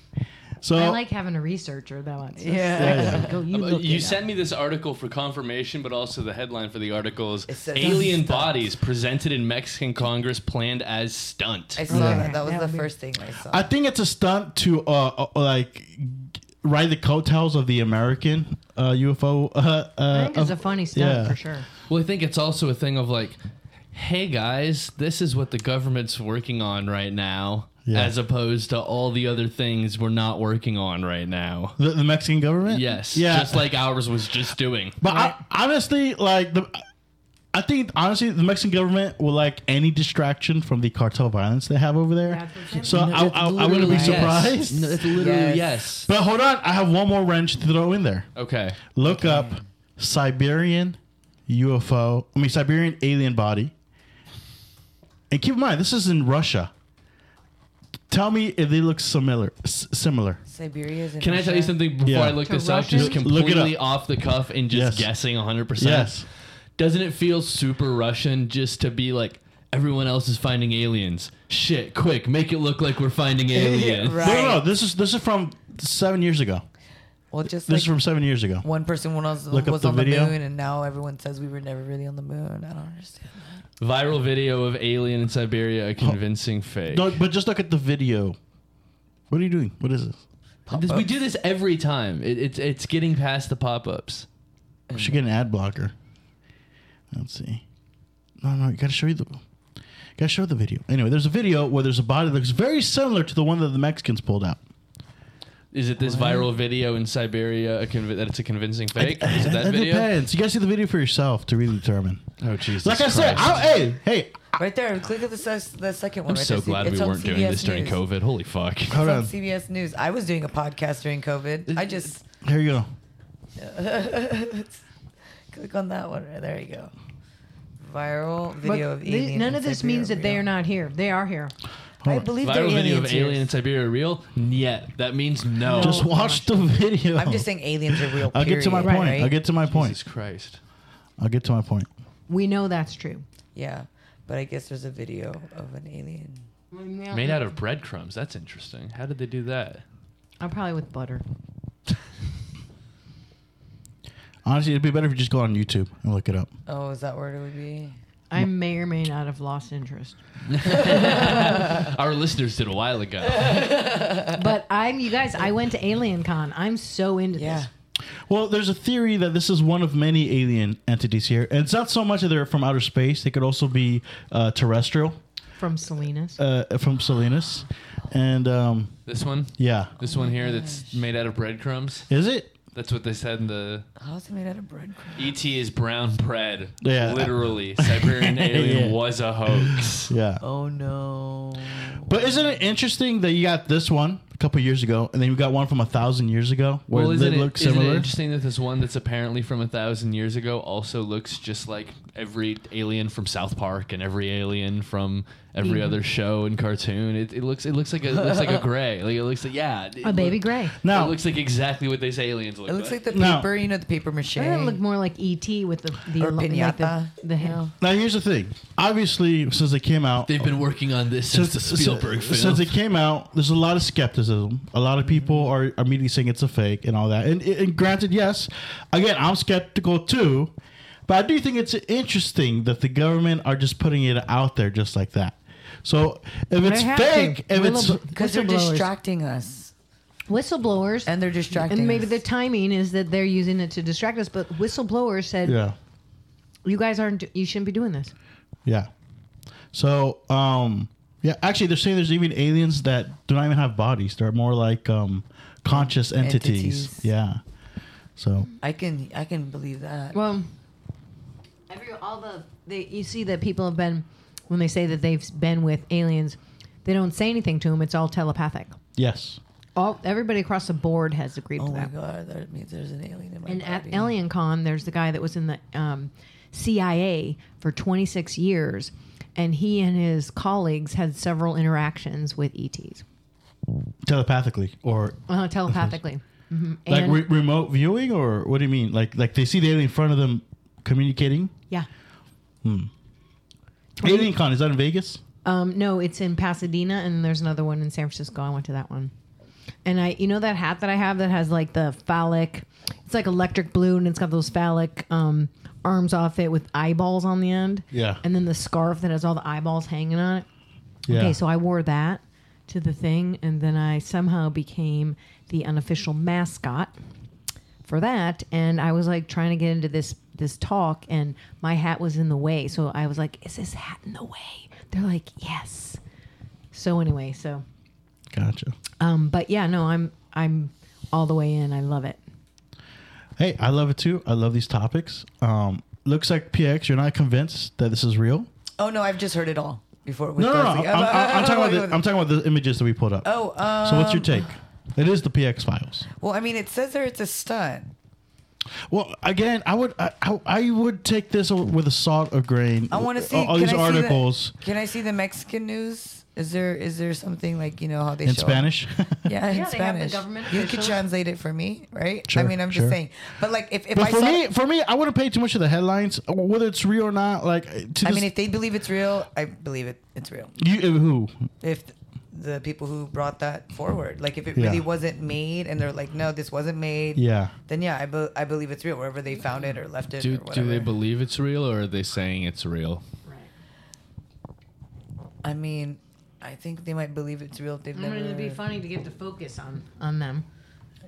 So I like having a researcher that wants. to Yeah. say, Yeah, Go, you Um, look you it up." sent me this article for confirmation, but also the headline for the article is It says- "Alien Stunt. Bodies Presented in Mexican Congress Planned as Stunt." I saw that. That was That the would be- first thing I saw. I think it's a stunt to uh, uh, like g- ride the coattails of the American uh, UFO. Uh, I uh, think it's of- a funny stunt yeah. for sure. Well, I think it's also a thing of like, hey guys, this is what the government's working on right now, Yeah. as opposed to all the other things we're not working on right now. The, the Mexican government. Yes, Yeah. just like ours was just doing. but I, honestly, like the. I think honestly, the Mexican government will like any distraction from the cartel violence they have over there. That's what's happening. So I, I, I wouldn't be Yes. surprised. No, that's literally yes. Yes. But hold on, I have one more wrench to throw in there. Okay. Look up Siberian UFO. I mean Siberian alien body. And keep in mind, this is in Russia. Tell me if they look similar. S- similar. Siberia is in Can I tell you Russia. something before Yeah. I look To this up? Just Russian? Look it up. completely off the cuff and Yes. just guessing 100%. Yes. Doesn't it feel super Russian just to be like, everyone else is finding aliens? Shit, quick, make it look like we're finding aliens. Right. No, no, no. This is this is from seven years ago. Well, just This like is from seven years ago. one person was, Look up was the on video. the moon, and now everyone says we were never really on the moon. I don't understand. Viral video of alien in Siberia, a convincing fake. No, but just look at the video. What are you doing? What is this? This- we do this every time. It, it's it's getting past the pop ups. We should get an ad blocker. Let's see. No, no, you gotta show you the gotta show the video. Anyway, there's a video where there's a body that looks very similar to the one that the Mexicans pulled out. Is it this viral video in Siberia a conv- that it's a convincing fake? Is it that It video? depends. You gotta see the video for yourself to really determine. Oh Jesus! Like I said, Christ. I, hey, hey, Right there, click at the, se- the second one. I'm right so there. See- glad it's we on weren't doing CBS this during News. COVID. Holy fuck! hold It's on on. CBS News. I was doing a podcast during COVID. I just Here you go. click on that one. Right There you go. Viral But video of the- alien. none in of this Siberia means that they real. are not here. They are here. I believe they're Viral video of aliens. here. alien in Siberia real? Yet that means no. Just watch the video. Oh, I'm just saying aliens are real. I'll get to my period, point. right? I'll get to my point. Jesus Christ! I'll get to my point. We know that's true. Yeah, but I guess there's a video of an alien. Made out of breadcrumbs. That's interesting. How did they do that? I'm probably with butter. Honestly, it'd be better if you just go on YouTube and look it up. Oh, is that where it would be? I may or may not have lost interest, Our listeners did a while ago. Uh, but I'm you guys. I went to Alien Con. I'm so into Yeah. this. Well, there's a theory that this is one of many alien entities here, and it's not so much that they're from outer space. They could also be uh, terrestrial, From Salinas. uh, from Salinas, and um, This one, yeah, this one here that's made out of breadcrumbs. is it? That's what they said in the How's it made out of breadcrumbs? ET is brown bread. Yeah. Literally, Siberian alien Yeah. was a hoax. Yeah. Oh no. But isn't it interesting that you got this one a couple years ago, and then you got one from a thousand years ago where Well, isn't they it, look isn't it similar? interesting that this one that's apparently from a thousand years ago also looks just like every alien from South Park and every alien from every other show and cartoon? It, it looks it looks like a it looks like a gray. Like it looks like yeah, it A baby look- gray. Now- it looks like exactly what they say aliens look. It looks like the No. paper, you know, the paper mache. Doesn't it look more like ET with the the, Or like the, piñata. the hell? now here's the thing. Obviously, since it came out, They've been working on this since, the Spielberg since, film. since it came out, there's a lot of skepticism. A lot of people are, Mm-hmm. are immediately saying it's a fake and all that. And, and granted, yes, again, I'm skeptical too, but I do think it's interesting that the government are just putting it out there just like that. So if it's have fake, to. if Willow it's Bro- Because they're Whistleblowers. distracting us. Whistleblowers And they're distracting and maybe us. the timing is that they're using it to distract us. But whistleblowers said, yeah, "You guys aren't. do- You shouldn't be doing this." yeah. So um, yeah, actually, they're saying there's even aliens that do not even have bodies. They're more like um, conscious entities. Entities. Yeah. So I can I can believe that. Well, every all the they, you see that people have been when they say that they've been with aliens, they don't say anything to them. It's all telepathic. yes. All everybody across the board has agreed oh to my that. god, that means there's an alien in my And at body. Alien Con, there's the guy that was in the um, CIA for 26 years, and he and his colleagues had several interactions with E ETs Telepathically or uh, telepathically. hmm like and, re- remote viewing or what do you mean like like they see the alien in front of them communicating yeah. alien con is that in vegas Um, no, it's in Pasadena, and there's another one in San Francisco. I went to that one. And I, you know, that hat that I have that has like the phallic, it's like electric blue, and it's got those phallic um, arms off it with eyeballs on the end. Yeah. And then the scarf that has all the eyeballs hanging on it. yeah Okay, so I wore that to the thing, and then I somehow became the unofficial mascot for that. And I was like trying to get into this this talk, and my hat was in the way. So I was like, "Is this hat in the way?" They're like, "Yes." So anyway, so gotcha um, but yeah, no, I'm I'm all the way in. I love it. hey i love it too i love these topics um looks like px you're not convinced that this is real Oh no, I've just heard it all before. it was no no no i'm, posted. I'm- I'm- I'm talking Oh, about the, i'm talking about the images that we pulled up Oh, um, so what's your take it is the px files Well, I mean, it says there it's a stunt. well again i would i, I, I would take this with a salt of grain I want to see. all, all can these I articles See the, can I see the Mexican news? Is there is there something like you know how they in show spanish Yeah, in Yeah, they have the Spanish. government you could officials. translate it for me, right? Sure, I mean, I'm sure. just saying. But like, if, if But I for saw, me, for me, I wouldn't pay too much of the headlines, uh, whether it's real or not. Like, uh, to I this- mean, if they believe it's real, I believe it. It's real. you uh, who? If the people who brought that forward, like, if it Yeah. really wasn't made, and they're like, no, this wasn't made. Yeah, Then yeah, I, be- I believe it's real wherever they found it or left it. do, or do they whatever. believe it's real or are they saying it's real? I mean, I think they might believe it's real. if They've never. It'd be funny to get the focus on on them.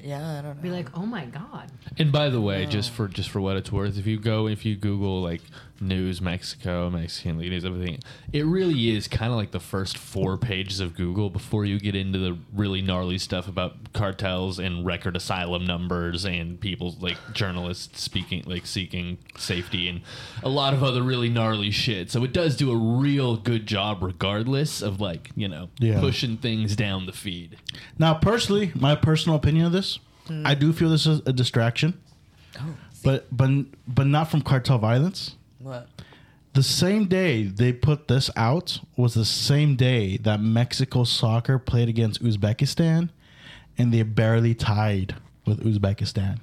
Yeah, I don't know. Be like, "Oh my god." And by the way, just for just for what it's worth, if you go if you Google like news Mexico, Mexican leaders, everything, it really is kind of like the first four pages of Google before you get into the really gnarly stuff about cartels and record asylum numbers and people like journalists speaking like seeking safety and a lot of other really gnarly shit. So it does do a real good job, regardless of like you know Yeah. pushing things down the feed. Now, personally, my personal opinion of this, Hmm. I do feel this is a distraction, Oh, but but but not from cartel violence. what? The same day they put this out was the same day that Mexico soccer played against Uzbekistan, and they barely tied with Uzbekistan.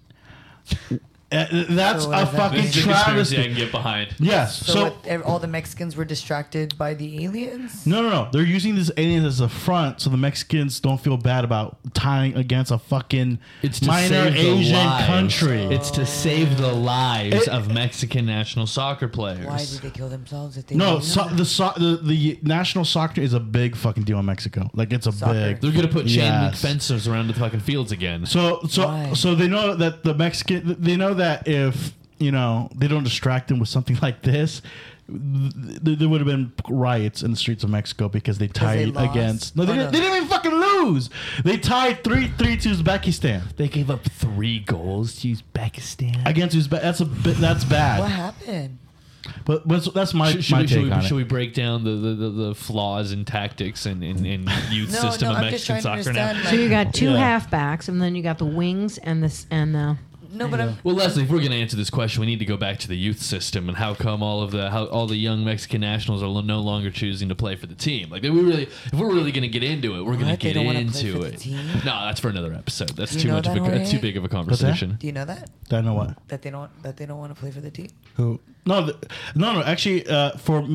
Uh, That's So what a does that fucking mean? This is a conspiracy I travesty. can get behind. Yes. So, so what, ev- all the Mexicans were distracted by the aliens. No, no, no. They're using these aliens as a front so the Mexicans don't feel bad about tying against a fucking It's to minor save the Asian lives. Oh. country. It's to save the lives of Mexican national soccer players. Why did they kill themselves if they no, didn't so, know? the, so, the the national soccer is a big fucking deal in Mexico. Like it's a Soccer. big. They're gonna put chain link Yes. fences around the fucking fields again. So so Why? so they know that the Mexican they know that if you know they don't distract them with something like this, th- th- there would have been riots in the streets of Mexico because they they tied lost. against. No, they, Oh, didn't, no. they didn't even fucking lose. They tied three three to Uzbekistan They gave up three goals to Uzbekistan. against Uzbek. That's a bi- that's bad. What happened? But what's- that's my Should, should my we, take should, we, on it. should we break down the, the, the, the flaws and tactics and, and, and youth No, system no, of I'm just Mexican trying to soccer now? understand, So you got two Yeah. halfbacks, and then you got the wings and this and the. No, but I'm Well, Leslie, if we're going to answer this question, we need to go back to the youth system and how come all of the how all the young Mexican nationals are no longer choosing to play for the team. Like, we really, if we're really going to get into it, we're going to What? They get don't wanna play into for the it. team? No, that's for another episode. That's You too know much that of a, already? that's too big of a conversation. do you know that I don't know what. that they don't that they don't want to play for the team? Who? No, th- no, no. Actually, uh, for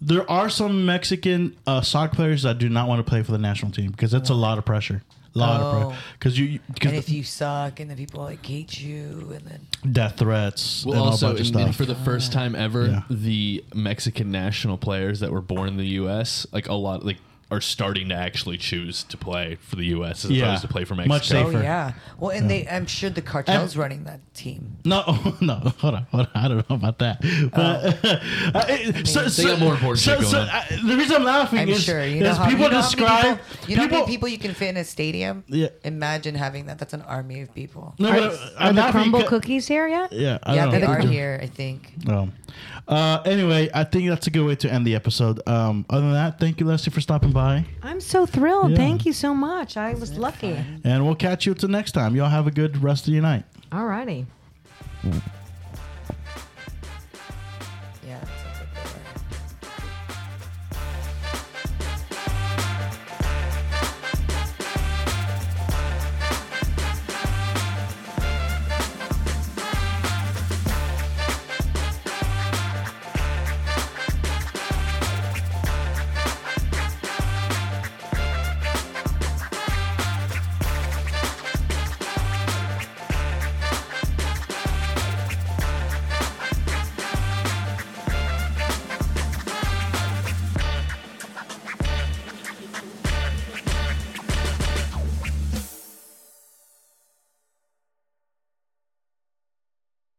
there are some Mexican uh, soccer players that do not want to play for the national team because that's a lot of pressure. A lot of Oh. pressure because you And if because you suck, and then people like hate you, and then death threats Well, and also, all bunch of and- and stuff. for the first time ever, Yeah. the Mexican national players that were born in the U.S. like a lot like are starting to actually choose to play for the U.S. as Yeah. opposed to play for Much Mexico. safer. oh yeah, well, and they I'm sure the cartel's running that team. no, no, hold on, hold on. I don't know about that. But Oh. uh, it- so, They got more important shit going on. uh, the reason I'm laughing I'm is, sure is you know how people you know how many describe people, you know how many people you can fit in a stadium. Yeah. imagine having that. That's an army of people. No, Are, but, uh, are I'm the laughing crumble ca- cookies here yet? Yeah, I Yeah, don't they know. are here. I think. Um, uh, anyway, I think that's a good way to end the episode. Um, other than that, thank you, Leslie, for stopping by. I'm so thrilled. Yeah. Thank you so much. I was lucky. And we'll catch you till next time. Y'all have a good rest of your night. All righty.